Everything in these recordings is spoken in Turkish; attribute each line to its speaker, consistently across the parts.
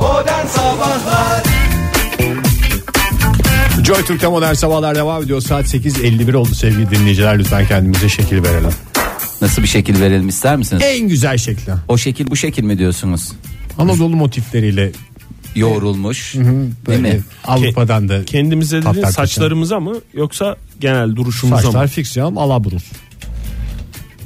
Speaker 1: Oh, Sabahlar
Speaker 2: Joy Türk'te modern sabahlar devam ediyor. Saat 8.51 oldu sevgili dinleyiciler. Lütfen kendimize şekil verelim.
Speaker 3: Nasıl bir şekil verelim ister misiniz?
Speaker 2: En güzel şekli.
Speaker 3: O şekil bu şekil mi diyorsunuz?
Speaker 2: Anadolu motifleriyle
Speaker 3: Yoğrulmuş.
Speaker 2: böyle
Speaker 3: Değil mi?
Speaker 2: Avrupa'dan da
Speaker 4: Kendimize
Speaker 2: Tap
Speaker 4: dediniz
Speaker 2: tap
Speaker 4: saçlarımıza mı yoksa genel duruşumuza
Speaker 2: saçlar
Speaker 4: mı?
Speaker 2: fix ya alaburuz.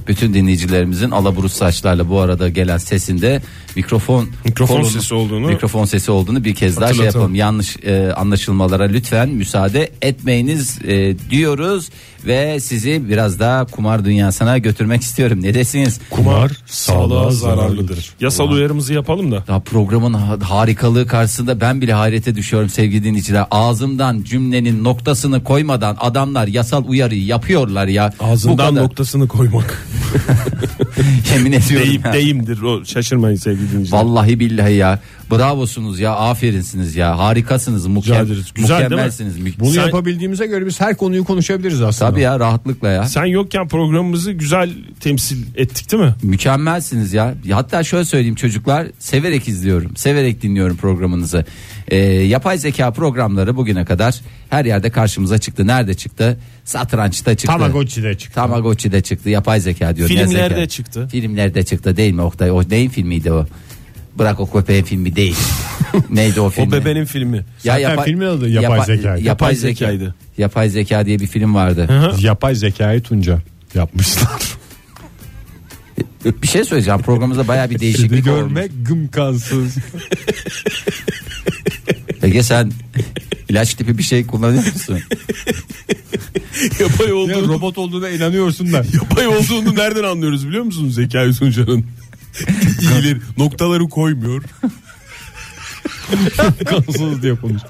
Speaker 3: Bütün dinleyicilerimizin alaburuz saçlarla bu arada gelen sesinde mikrofon
Speaker 4: Mikrofon sesi olduğunu-
Speaker 3: mikrofon sesi olduğunu bir kez daha şey
Speaker 4: Hatırlatalım.
Speaker 3: yapalım. Yanlış e, anlaşılmalara lütfen müsaade etmeyiniz e, diyoruz ve sizi biraz daha kumar dünyasına götürmek istiyorum. Ne desiniz?
Speaker 2: Kumar
Speaker 4: Sağlığa zararlıdır. Yasal uyarımızı yapalım da.
Speaker 3: Ya programın ha- harikalığı karşısında ben bile hayrete düşüyorum sevgili dinleyiciler. Ağzımdan cümlenin noktasını koymadan adamlar yasal uyarıyı yapıyorlar ya. Bu
Speaker 4: Ağzından
Speaker 3: kadar.
Speaker 4: noktasını koymak.
Speaker 3: Yemin ediyorum.
Speaker 4: Deyim,
Speaker 3: ya.
Speaker 4: deyimdir o şaşırmayın sevgili dinleyiciler.
Speaker 3: Vallahi billahi ya. Bravosunuz ya. Aferinsiniz ya. Harikasınız.
Speaker 4: Rica
Speaker 3: Mukem
Speaker 4: ederiz. Güzel değil mi?
Speaker 3: mükemmelsiniz. Mü-
Speaker 2: Bunu
Speaker 4: Sen-
Speaker 2: yapabildiğimize göre biz her konuyu konuşabiliriz aslında.
Speaker 3: Tabii ya rahatlıkla ya.
Speaker 4: Sen yokken programımızı güzel temsil ettik değil mi?
Speaker 3: Mükemmelsiniz ya. Ya Hatta şöyle söyleyeyim çocuklar severek izliyorum. Severek dinliyorum programınızı. Ee, yapay zeka programları bugüne kadar her yerde karşımıza çıktı. Nerede çıktı? Satrançta çıktı.
Speaker 2: Tamagotchi'de çıktı.
Speaker 3: Tamagotchi'de çıktı. Yapay zeka diyor.
Speaker 4: Filmlerde çıktı.
Speaker 3: Filmlerde çıktı değil mi Oktay? O neyin filmiydi o? Bırak o köpeğin filmi değil. Neydi o film?
Speaker 4: O bebenin filmi.
Speaker 2: Zaten filmin adı yapay zekaydı.
Speaker 3: Yapay
Speaker 4: Yapay
Speaker 3: zekaydı.
Speaker 4: zekaydı.
Speaker 3: Yapay zeka diye bir film vardı.
Speaker 2: Yapay zekayı Tunca yapmışlar.
Speaker 3: bir şey söyleyeceğim. Programımızda baya bir
Speaker 2: Şimdi
Speaker 3: değişiklik olmuş.
Speaker 2: görmek gımkansız.
Speaker 3: Ege sen ilaç tipi bir şey kullanıyor musun?
Speaker 4: Yapay
Speaker 2: ya
Speaker 4: olduğunu,
Speaker 2: robot olduğuna inanıyorsun da.
Speaker 4: yapay olduğunu nereden anlıyoruz biliyor musunuz Zekai Suncan'ın? İyileri, noktaları koymuyor.
Speaker 2: Gımkansız diye konuş.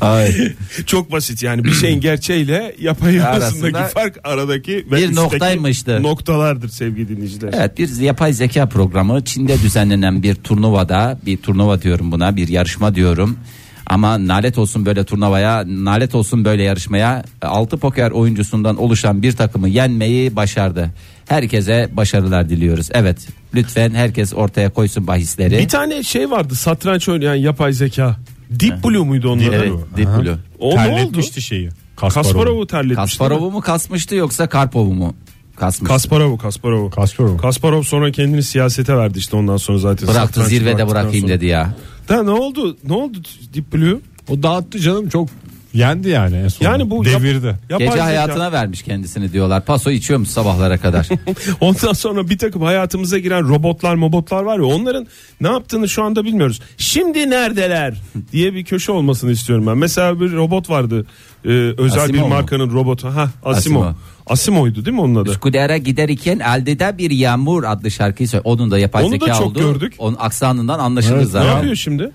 Speaker 3: Ay.
Speaker 4: Çok basit yani bir şeyin gerçeğiyle yapay
Speaker 3: Arasında
Speaker 4: arasındaki fark aradaki ve
Speaker 3: bir
Speaker 4: üstteki
Speaker 3: noktaymıştı.
Speaker 4: Noktalardır sevgili dinleyiciler.
Speaker 3: Evet bir yapay zeka programı Çin'de düzenlenen bir turnuvada bir turnuva diyorum buna bir yarışma diyorum. Ama nalet olsun böyle turnuvaya nalet olsun böyle yarışmaya 6 poker oyuncusundan oluşan bir takımı yenmeyi başardı. Herkese başarılar diliyoruz. Evet lütfen herkes ortaya koysun bahisleri.
Speaker 4: Bir tane şey vardı satranç oynayan yapay zeka. Deep Blue muydu onun adı?
Speaker 3: Evet, Deep Blue.
Speaker 4: O ne oldu?
Speaker 2: Terletmişti şeyi.
Speaker 4: Kasparov'u terletmişti.
Speaker 3: Kasparov'u mu kasmıştı yoksa Karpov'u mu kasmıştı?
Speaker 4: Kasparov, Kasparov.
Speaker 2: Kasparov.
Speaker 4: Kasparov sonra kendini siyasete verdi işte ondan sonra zaten.
Speaker 3: Bıraktı
Speaker 4: satrançı
Speaker 3: zirvede
Speaker 4: bıraktıktan
Speaker 3: bırakayım
Speaker 4: sonra.
Speaker 3: dedi ya.
Speaker 4: Da ne oldu? Ne oldu Deep Blue?
Speaker 2: O dağıttı canım çok yendi yani en sonunda.
Speaker 4: Yani bu yap-
Speaker 2: devirdi.
Speaker 4: Yapay
Speaker 3: Gece
Speaker 4: zeka.
Speaker 3: hayatına vermiş kendisini diyorlar. Paso içiyormuş sabahlara kadar.
Speaker 4: Ondan sonra bir takım hayatımıza giren robotlar mobotlar var ya onların ne yaptığını şu anda bilmiyoruz. Şimdi neredeler diye bir köşe olmasını istiyorum ben. Mesela bir robot vardı. Ee, özel
Speaker 3: Asimo
Speaker 4: bir
Speaker 3: mu?
Speaker 4: markanın robotu. Ha Asimo.
Speaker 3: Asimo.
Speaker 4: Asimo'ydu değil mi onun adı?
Speaker 3: Üsküdar'a giderken elde de bir yağmur adlı şarkıyı söylüyor. Onun da yapay
Speaker 4: Onu da
Speaker 3: zeka
Speaker 4: çok
Speaker 3: oldu.
Speaker 4: gördük.
Speaker 3: Onun aksanından anlaşılır
Speaker 2: Evet, ne
Speaker 4: Ne
Speaker 3: zaten.
Speaker 4: yapıyor şimdi?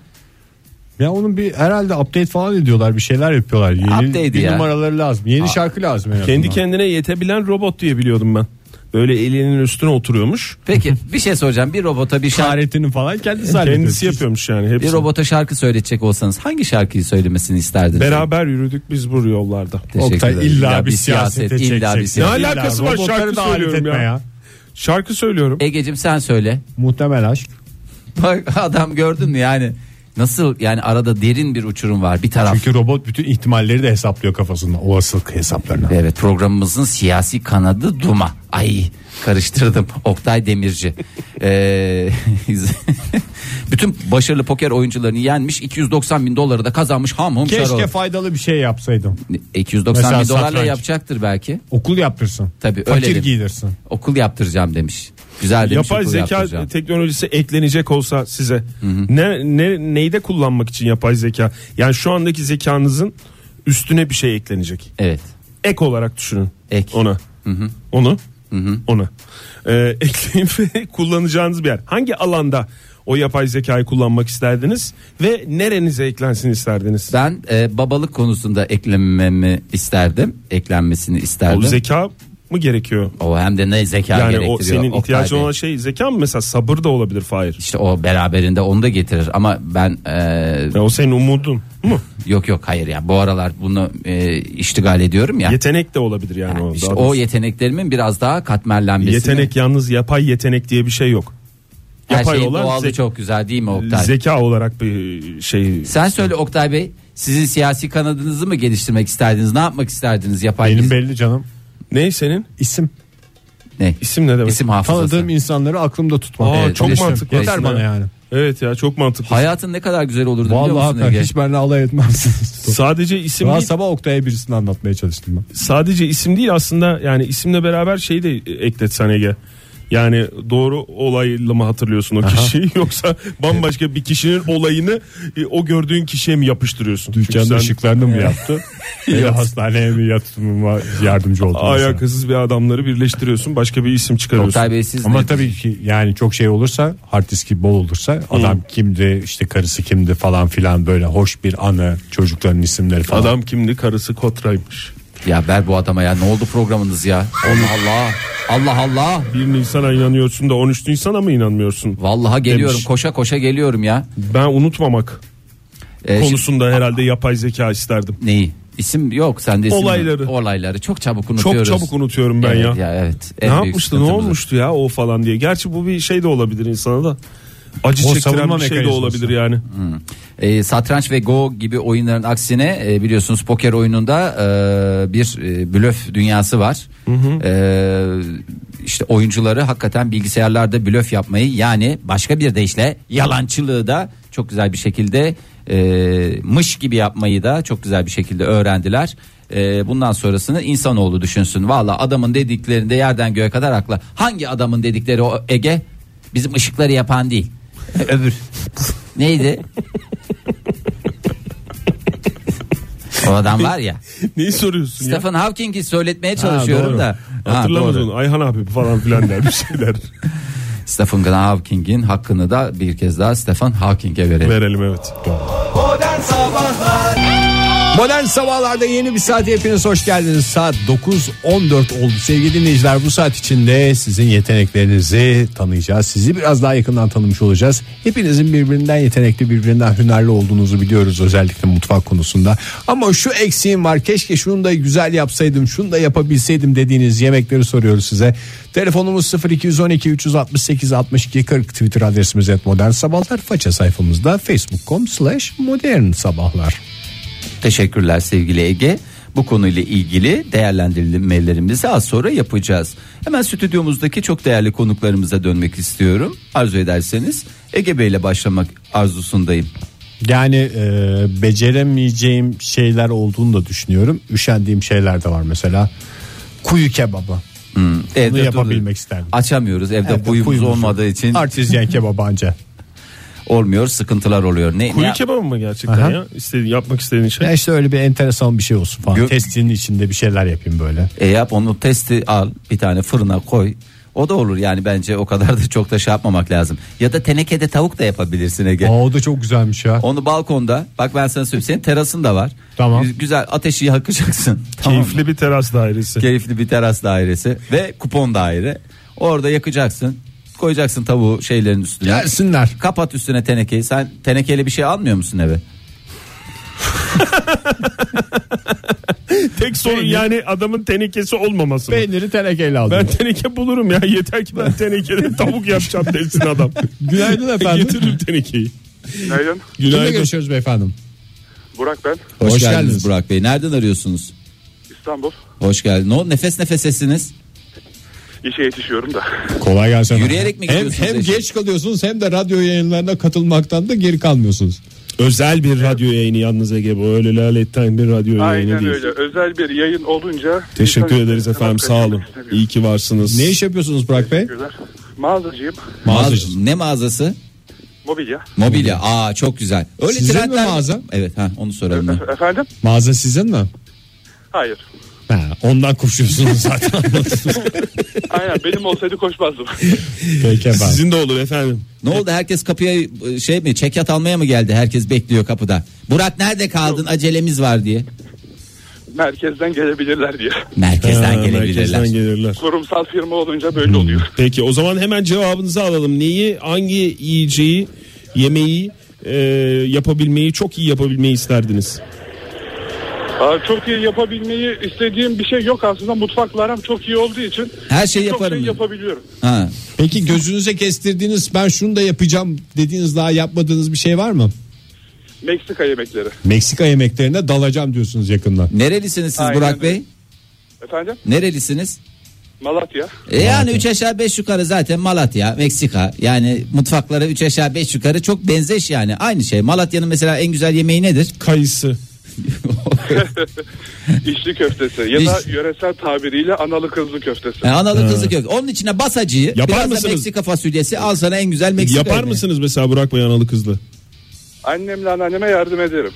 Speaker 2: Ya onun bir herhalde update falan ediyorlar bir şeyler yapıyorlar. Yeni
Speaker 3: Update
Speaker 2: bir
Speaker 3: ya.
Speaker 2: numaraları lazım. Yeni şarkı lazım. en
Speaker 4: Kendi
Speaker 2: azından.
Speaker 4: kendine yetebilen robot diye biliyordum ben. Böyle elinin üstüne oturuyormuş.
Speaker 3: Peki bir şey soracağım. Bir robota bir şarkı
Speaker 2: işaretini falan kendisi hallediyor.
Speaker 4: Kendisi yapıyormuş yani
Speaker 3: bir
Speaker 4: hepsini.
Speaker 3: robota şarkı söyletecek olsanız hangi şarkıyı söylemesini isterdiniz?
Speaker 4: Beraber yürüdük biz bu yollarda.
Speaker 3: Teşekkür
Speaker 2: Oktay,
Speaker 3: ederim.
Speaker 2: illa bir
Speaker 3: illa
Speaker 2: siyasete
Speaker 3: bir
Speaker 2: çekecek.
Speaker 4: Ne
Speaker 3: siyaset.
Speaker 2: Ya-
Speaker 4: alakası
Speaker 2: İlla
Speaker 4: var
Speaker 2: robotları
Speaker 4: şarkı
Speaker 2: da alet
Speaker 4: söylüyorum
Speaker 2: etme
Speaker 4: ya.
Speaker 2: ya.
Speaker 4: Şarkı söylüyorum.
Speaker 3: Egecim sen söyle.
Speaker 2: Muhtemel aşk.
Speaker 3: Bak adam gördün mü yani nasıl yani arada derin bir uçurum var bir taraf.
Speaker 2: Çünkü robot bütün ihtimalleri de hesaplıyor kafasında. Olasılık hesaplarını.
Speaker 3: Evet programımızın siyasi kanadı Duma. Ay karıştırdım. Oktay Demirci. Ee, bütün başarılı poker oyuncularını yenmiş 290 bin doları da kazanmış ham hum şar
Speaker 2: Keşke
Speaker 3: olarak.
Speaker 2: faydalı bir şey yapsaydım.
Speaker 3: 290
Speaker 2: Mesela
Speaker 3: bin dolarla
Speaker 2: satranç.
Speaker 3: yapacaktır belki.
Speaker 2: Okul yaptırsın.
Speaker 3: Tabii,
Speaker 2: Fakir
Speaker 3: öyle dedim.
Speaker 2: giydirsin.
Speaker 3: Okul yaptıracağım demiş. Güzel demiş
Speaker 4: Yapay
Speaker 3: okul
Speaker 4: zeka
Speaker 3: yaptıracağım.
Speaker 4: teknolojisi eklenecek olsa size ne, ne neyde kullanmak için yapay zeka? Yani şu andaki zekanızın üstüne bir şey eklenecek.
Speaker 3: Evet.
Speaker 4: Ek olarak düşünün.
Speaker 3: Ek.
Speaker 4: Ona. Onu. Ona. Ee, ekleyin ve kullanacağınız bir yer. Hangi alanda o yapay zekayı kullanmak isterdiniz ve nerenize eklensin isterdiniz?
Speaker 3: Ben e, babalık konusunda eklenmemi isterdim. Eklenmesini
Speaker 4: O
Speaker 3: isterdim.
Speaker 4: zeka mı gerekiyor?
Speaker 3: O hem de ne zeka
Speaker 4: Yani
Speaker 3: gerektiriyor.
Speaker 4: o senin
Speaker 3: Oktay
Speaker 4: ihtiyacın
Speaker 3: Bey.
Speaker 4: olan şey zeka mı mesela sabır da olabilir Fahir.
Speaker 3: İşte o beraberinde onu da getirir ama ben e,
Speaker 4: Ya o senin umudun mu?
Speaker 3: Yok yok hayır ya bu aralar bunu e, iştigal ediyorum ya.
Speaker 4: Yetenek de olabilir yani,
Speaker 3: Yani
Speaker 4: o.
Speaker 3: işte
Speaker 4: daha
Speaker 3: o
Speaker 4: doğrusu.
Speaker 3: yeteneklerimin biraz daha katmerlenmesi.
Speaker 4: Yetenek yalnız yapay yetenek diye bir şey yok.
Speaker 3: Her
Speaker 4: Yapay
Speaker 3: şey
Speaker 4: olan
Speaker 3: doğaldı
Speaker 4: zek-
Speaker 3: çok güzel değil mi Oktay?
Speaker 4: Zeka olarak bir şey.
Speaker 3: Sen söyle Oktay Bey sizin siyasi kanadınızı mı geliştirmek isterdiniz? Ne yapmak isterdiniz yapay
Speaker 2: Benim
Speaker 3: biz-
Speaker 2: belli canım.
Speaker 4: Ne senin?
Speaker 2: İsim.
Speaker 3: ne?
Speaker 4: İsim ne demek?
Speaker 3: İsim hafızası.
Speaker 2: Tanıdığım insanları aklımda tutmak.
Speaker 4: Aa,
Speaker 3: Evet,
Speaker 4: çok
Speaker 3: isim.
Speaker 4: mantıklı.
Speaker 2: Yeter bana yani.
Speaker 4: Evet ya çok mantıklı.
Speaker 3: Hayatın ne kadar güzel olurdu biliyor
Speaker 2: Vallahi
Speaker 3: musun
Speaker 2: hakikaten
Speaker 3: Ege?
Speaker 2: hiç benimle alay etmezsiniz.
Speaker 4: Sadece isim
Speaker 2: Daha
Speaker 4: değil,
Speaker 2: sabah Oktay'a birisini anlatmaya çalıştım ben.
Speaker 4: sadece isim değil aslında yani isimle beraber şeyi de ekletsen Ege. Yani doğru olayla mı hatırlıyorsun o kişiyi yoksa bambaşka bir kişinin olayını e, o gördüğün kişiye mi yapıştırıyorsun? Çünkü
Speaker 2: Dükkanın
Speaker 4: sen
Speaker 2: ışıklarını mı yaptı? ya hastaneye mi yatırmama yardımcı oldu. mesela.
Speaker 4: alakasız bir adamları birleştiriyorsun başka bir isim çıkarıyorsun.
Speaker 3: Oktay Bey siz
Speaker 2: Ama
Speaker 3: ne-
Speaker 2: tabii ki yani çok şey olursa hard diski bol olursa adam kimdi işte karısı kimdi falan filan böyle hoş bir anı çocukların isimleri falan.
Speaker 4: Adam kimdi? Karısı Kotra'ymış.
Speaker 3: Ya ver bu adama ya ne oldu programınız ya? Allah Allah. Allah Allah.
Speaker 4: 1 Nisan'a inanıyorsun da 13 Nisan'a mı inanmıyorsun?
Speaker 3: Vallahi geliyorum
Speaker 4: Demiş.
Speaker 3: koşa koşa geliyorum ya.
Speaker 4: Ben unutmamak
Speaker 3: Ee, E şimdi-
Speaker 4: konusunda herhalde yapay zeka isterdim.
Speaker 3: neyi? İsim yok sende isim
Speaker 4: Olayları.
Speaker 3: yok. Olayları çok çabuk
Speaker 4: Çok
Speaker 3: unutuyoruz.
Speaker 4: çabuk unutuyorum ben
Speaker 3: evet,
Speaker 4: ya.
Speaker 3: ya. evet.
Speaker 4: Ne
Speaker 3: En büyük
Speaker 4: yapmıştı ne
Speaker 3: sıkıntımız o.
Speaker 4: olmuştu ya o falan diye. Gerçi bu bir şey de olabilir insana da. Acı
Speaker 2: O
Speaker 4: çektiren
Speaker 2: savunma
Speaker 4: bir şey de
Speaker 2: mekanizması.
Speaker 4: olabilir yani.
Speaker 3: E, satranç ve go gibi oyunların aksine e, biliyorsunuz poker oyununda e, bir e, blöf dünyası var. E, işte oyuncuları hakikaten bilgisayarlarda blöf yapmayı yani başka bir deyişle yalancılığı da çok güzel bir şekilde e, mış gibi yapmayı da çok güzel bir şekilde öğrendiler. E, bundan sonrasını insanoğlu düşünsün. Valla adamın dediklerinde yerden göğe kadar haklı. Hangi adamın dedikleri o Ege? Bizim ışıkları yapan değil. Öbür. Neydi? O adam var ya.
Speaker 4: Neyi soruyorsun ya?
Speaker 3: Stephen Hawking'i söyletmeye çalışıyorum
Speaker 4: doğru.
Speaker 3: da. Ha,
Speaker 4: Hatırlamadın.
Speaker 3: doğru.
Speaker 4: Ayhan abi falan filan der bir şeyler
Speaker 3: Stephen Hawking'in hakkını da bir kez daha Stephen Hawking'e verelim.
Speaker 4: verelim evet.
Speaker 1: Modern Sabahlar
Speaker 2: Modern sabahlarda yeni bir saat hepiniz hoş geldiniz. Saat 9.14 oldu. Sevgili dinleyiciler bu saat içinde sizin yeteneklerinizi tanıyacağız. Sizi biraz daha yakından tanımış olacağız. Hepinizin birbirinden yetenekli birbirinden hünerli olduğunuzu biliyoruz özellikle mutfak konusunda. Ama şu eksiğim var keşke şunu da güzel yapsaydım şunu da yapabilseydim dediğiniz yemekleri soruyoruz size. Telefonumuz 0212 368 62 40 Twitter adresimiz et modern sabahlar. Faça sayfamızda facebook.com slash modern sabahlar.
Speaker 3: Teşekkürler sevgili Ege. Bu konuyla ilgili değerlendirilmelerimizi az sonra yapacağız. Hemen stüdyomuzdaki çok değerli konuklarımıza dönmek istiyorum. Arzu ederseniz Ege Bey ile başlamak arzusundayım.
Speaker 2: Yani e, beceremeyeceğim şeyler olduğunu da düşünüyorum. Üşendiğim şeyler de var mesela. Kuyu kebabı.
Speaker 3: Evet,
Speaker 2: Bunu
Speaker 3: evet,
Speaker 2: yapabilmek
Speaker 3: evet.
Speaker 2: isterdim.
Speaker 3: Açamıyoruz evde
Speaker 2: Evde
Speaker 3: kuyumuz
Speaker 2: kuyumuz
Speaker 3: olmadığı için
Speaker 2: Artizyen kebabı anca.
Speaker 3: olmuyor sıkıntılar oluyor. Ne,
Speaker 4: Kuyu
Speaker 3: ne-
Speaker 4: kebabı mı gerçekten
Speaker 2: Aha.
Speaker 4: ya? İstediğin, yapmak istediğin şey.
Speaker 2: Ya
Speaker 3: E,
Speaker 2: işte öyle bir enteresan bir şey olsun falan.
Speaker 3: Gö-
Speaker 2: Testinin içinde bir şeyler yapayım böyle.
Speaker 3: E yap onu testi al bir tane fırına koy. O da olur yani bence o kadar da çok da şey yapmamak lazım. Ya da tenekede tavuk da yapabilirsin Ege.
Speaker 2: Aa, o da çok güzelmiş ya.
Speaker 3: Onu balkonda bak ben sana söyleyeyim senin terasın da var.
Speaker 2: Tamam.
Speaker 3: Güz- Güzel ateşi yakacaksın. Tamam.
Speaker 4: Keyifli bir teras dairesi.
Speaker 3: Keyifli bir teras dairesi ve kupon daire. Orada yakacaksın. Koyacaksın tavuğu şeylerin üstüne.
Speaker 2: Gelsinler.
Speaker 3: Kapat üstüne tenekeyi. Sen tenekeyle bir şey almıyor musun eve?
Speaker 4: Tek sorun yani adamın tenekesi olmaması. mı?
Speaker 2: Peyniri tenekeyle aldım.
Speaker 4: Ben teneke bulurum ya yeter ki ben tenekeden tavuk yapacağım desin adam.
Speaker 2: Günaydın efendim.
Speaker 4: Getiririm tenekeyi.
Speaker 5: Günaydın.
Speaker 2: Kimle
Speaker 4: Günaydın.
Speaker 2: görüşüyoruz beyefendim?
Speaker 5: Burak ben.
Speaker 3: Hoş,
Speaker 2: Hoş
Speaker 3: geldiniz,
Speaker 2: geldiniz.
Speaker 3: Burak Bey. Nereden arıyorsunuz?
Speaker 5: İstanbul.
Speaker 3: Hoş geldin. O nefes nefesesiniz.
Speaker 5: İşe yetişiyorum da.
Speaker 2: Kolay gelsin.
Speaker 3: Yürüyerek mi
Speaker 2: hem,
Speaker 3: gidiyorsunuz
Speaker 2: hem
Speaker 3: eşe?
Speaker 2: geç kalıyorsunuz hem de radyo yayınlarına katılmaktan da geri kalmıyorsunuz.
Speaker 4: Özel bir radyo yayını yalnız Ege bu. Öyle laletten bir radyo yayını
Speaker 5: Aynen
Speaker 4: değil.
Speaker 5: öyle. Özel bir yayın olunca.
Speaker 4: Teşekkür
Speaker 5: İnsan-
Speaker 4: ederiz efendim
Speaker 5: Bakın,
Speaker 4: sağ olun.
Speaker 5: istemiyorum.
Speaker 4: İyi ki varsınız.
Speaker 2: Ne iş yapıyorsunuz Burak Bey?
Speaker 5: Teşekkürler. Mağazacıyım.
Speaker 2: Mağazacısınız.
Speaker 3: Mağaz- ne mağazası?
Speaker 5: Mobilya.
Speaker 3: Mobilya. Aa çok güzel. Öyle
Speaker 2: Sizin mi
Speaker 3: trendler-
Speaker 2: mağaza?
Speaker 3: Evet ha onu soralım.
Speaker 5: E- Efendim?
Speaker 2: Mağaza sizin mi?
Speaker 5: Hayır.
Speaker 2: Ha, ondan koşuyorsunuz zaten.
Speaker 5: Aynen benim olsaydı koşmazdım.
Speaker 2: Peki efendim.
Speaker 4: Sizin de olur efendim.
Speaker 3: Ne oldu herkes kapıya e, şey mi çekyat almaya mı geldi? Herkes bekliyor kapıda. Burak nerede kaldın? Acelemiz var diye.
Speaker 5: Merkezden gelebilirler diye.
Speaker 3: Merkezden
Speaker 4: Ha,
Speaker 3: gelebilirler.
Speaker 4: merkezden gelirler.
Speaker 5: Kurumsal firma olunca böyle oluyor.
Speaker 4: Peki o zaman hemen cevabınızı alalım. Neyi, hangi yiyeceği, yemeği e, yapabilmeyi, çok iyi yapabilmeyi isterdiniz?
Speaker 5: Aa, çok iyi yapabilmeyi istediğim bir şey yok aslında. Mutfaklarım çok iyi olduğu için
Speaker 3: Her şeyi
Speaker 5: çok
Speaker 3: yaparım.
Speaker 5: şey yapabiliyorum.
Speaker 3: Ha.
Speaker 2: Peki gözünüze kestirdiğiniz ben şunu da yapacağım dediğiniz daha yapmadığınız bir şey var mı?
Speaker 5: Meksika yemekleri.
Speaker 2: Meksika yemeklerine dalacağım diyorsunuz yakında.
Speaker 3: Nerelisiniz siz
Speaker 5: Aynen
Speaker 3: Burak
Speaker 5: öyle.
Speaker 3: Bey?
Speaker 5: Efendim?
Speaker 3: Nerelisiniz?
Speaker 5: Malatya.
Speaker 3: E yani 3 aşağı 5 yukarı zaten Malatya, Meksika. Yani mutfakları 3 aşağı 5 yukarı çok benzeş yani. Aynı şey. Malatya'nın mesela en güzel yemeği nedir?
Speaker 4: Kayısı.
Speaker 5: İçli köftesi ya da
Speaker 3: İç-
Speaker 5: yöresel tabiriyle analı kızlı köftesi.
Speaker 3: E, analı kızı köfte. Onun içine basacıyı,
Speaker 4: Yapar
Speaker 3: biraz da
Speaker 4: mısınız?
Speaker 3: Meksika fasulyesi al sana en güzel Meksika.
Speaker 4: Yapar
Speaker 3: yemeği.
Speaker 4: mısınız mesela Burak Bey analı kızlı?
Speaker 5: Annemle anneanneme yardım ederim.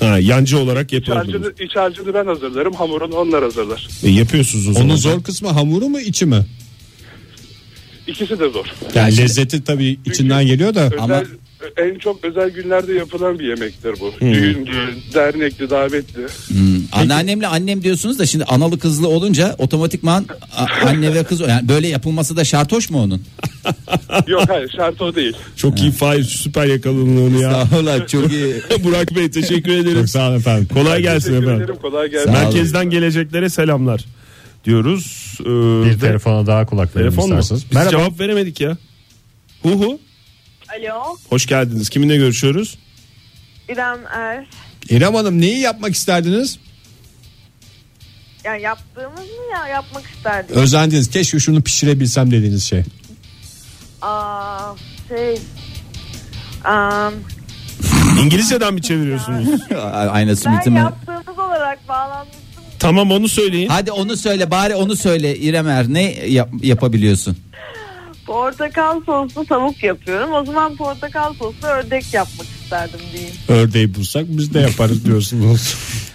Speaker 4: Ha, yancı olarak
Speaker 5: İç
Speaker 4: yapıyordunuz.
Speaker 5: harcını, iç harcını ben hazırlarım. Hamurunu onlar hazırlar.
Speaker 4: E, yapıyorsunuz o zaman.
Speaker 2: Onun zor kısmı hamuru mu içi mi?
Speaker 5: İkisi de zor.
Speaker 2: Yani lezzeti tabii içinden geliyor da.
Speaker 5: Özel,
Speaker 3: Ama- Hmm.
Speaker 5: En çok özel günlerde yapılan bir yemektir bu. Düğündü, dernekli, davetli.
Speaker 3: Anneannemle annem diyorsunuz da şimdi analı kızlı olunca otomatikman a- anne ve kız yani böyle yapılması da şart hoş mu onun?
Speaker 5: Yok hayır şart o değil.
Speaker 4: Çok iyi Fahir süper yakaladın onu ya.
Speaker 3: Ola çok iyi.
Speaker 4: Burak Bey teşekkür ederim.
Speaker 2: Çok sağ olun efendim.
Speaker 4: Kolay gelsin
Speaker 5: Teşekkür
Speaker 4: efendim.
Speaker 5: ederim kolay gelsin.
Speaker 3: Sağ olun.
Speaker 4: Merkezden geleceklere selamlar diyoruz. Ee,
Speaker 2: Bir
Speaker 4: de-
Speaker 2: telefona daha kulak verelim
Speaker 4: telefon mu?
Speaker 2: isterseniz.
Speaker 4: Biz cevap veremedik ya. Hu hu.
Speaker 6: Alo,
Speaker 4: Hoş geldiniz. Kiminle görüşüyoruz?
Speaker 6: İrem Er.
Speaker 2: İrem Hanım neyi yapmak isterdiniz?
Speaker 6: Ya yaptığımız mı ya yapmak isterdik.
Speaker 2: Özendiniz. Keşke şunu pişirebilsem dediğiniz şey.
Speaker 6: Aa, şey. Aa,
Speaker 4: İngilizceden mi çeviriyorsunuz?
Speaker 3: Aynı
Speaker 6: ben
Speaker 3: Smith'ime.
Speaker 6: yaptığımız olarak bağlanmıştım.
Speaker 4: tamam onu söyleyin.
Speaker 3: Hadi onu söyle bari onu söyle İrem Er ne yap- yapabiliyorsun?
Speaker 6: Portakal soslu tavuk yapıyorum. O zaman portakal soslu ördek yapmak isterdim diyeyim.
Speaker 2: Ördeği bulsak biz de yaparız diyorsunuz.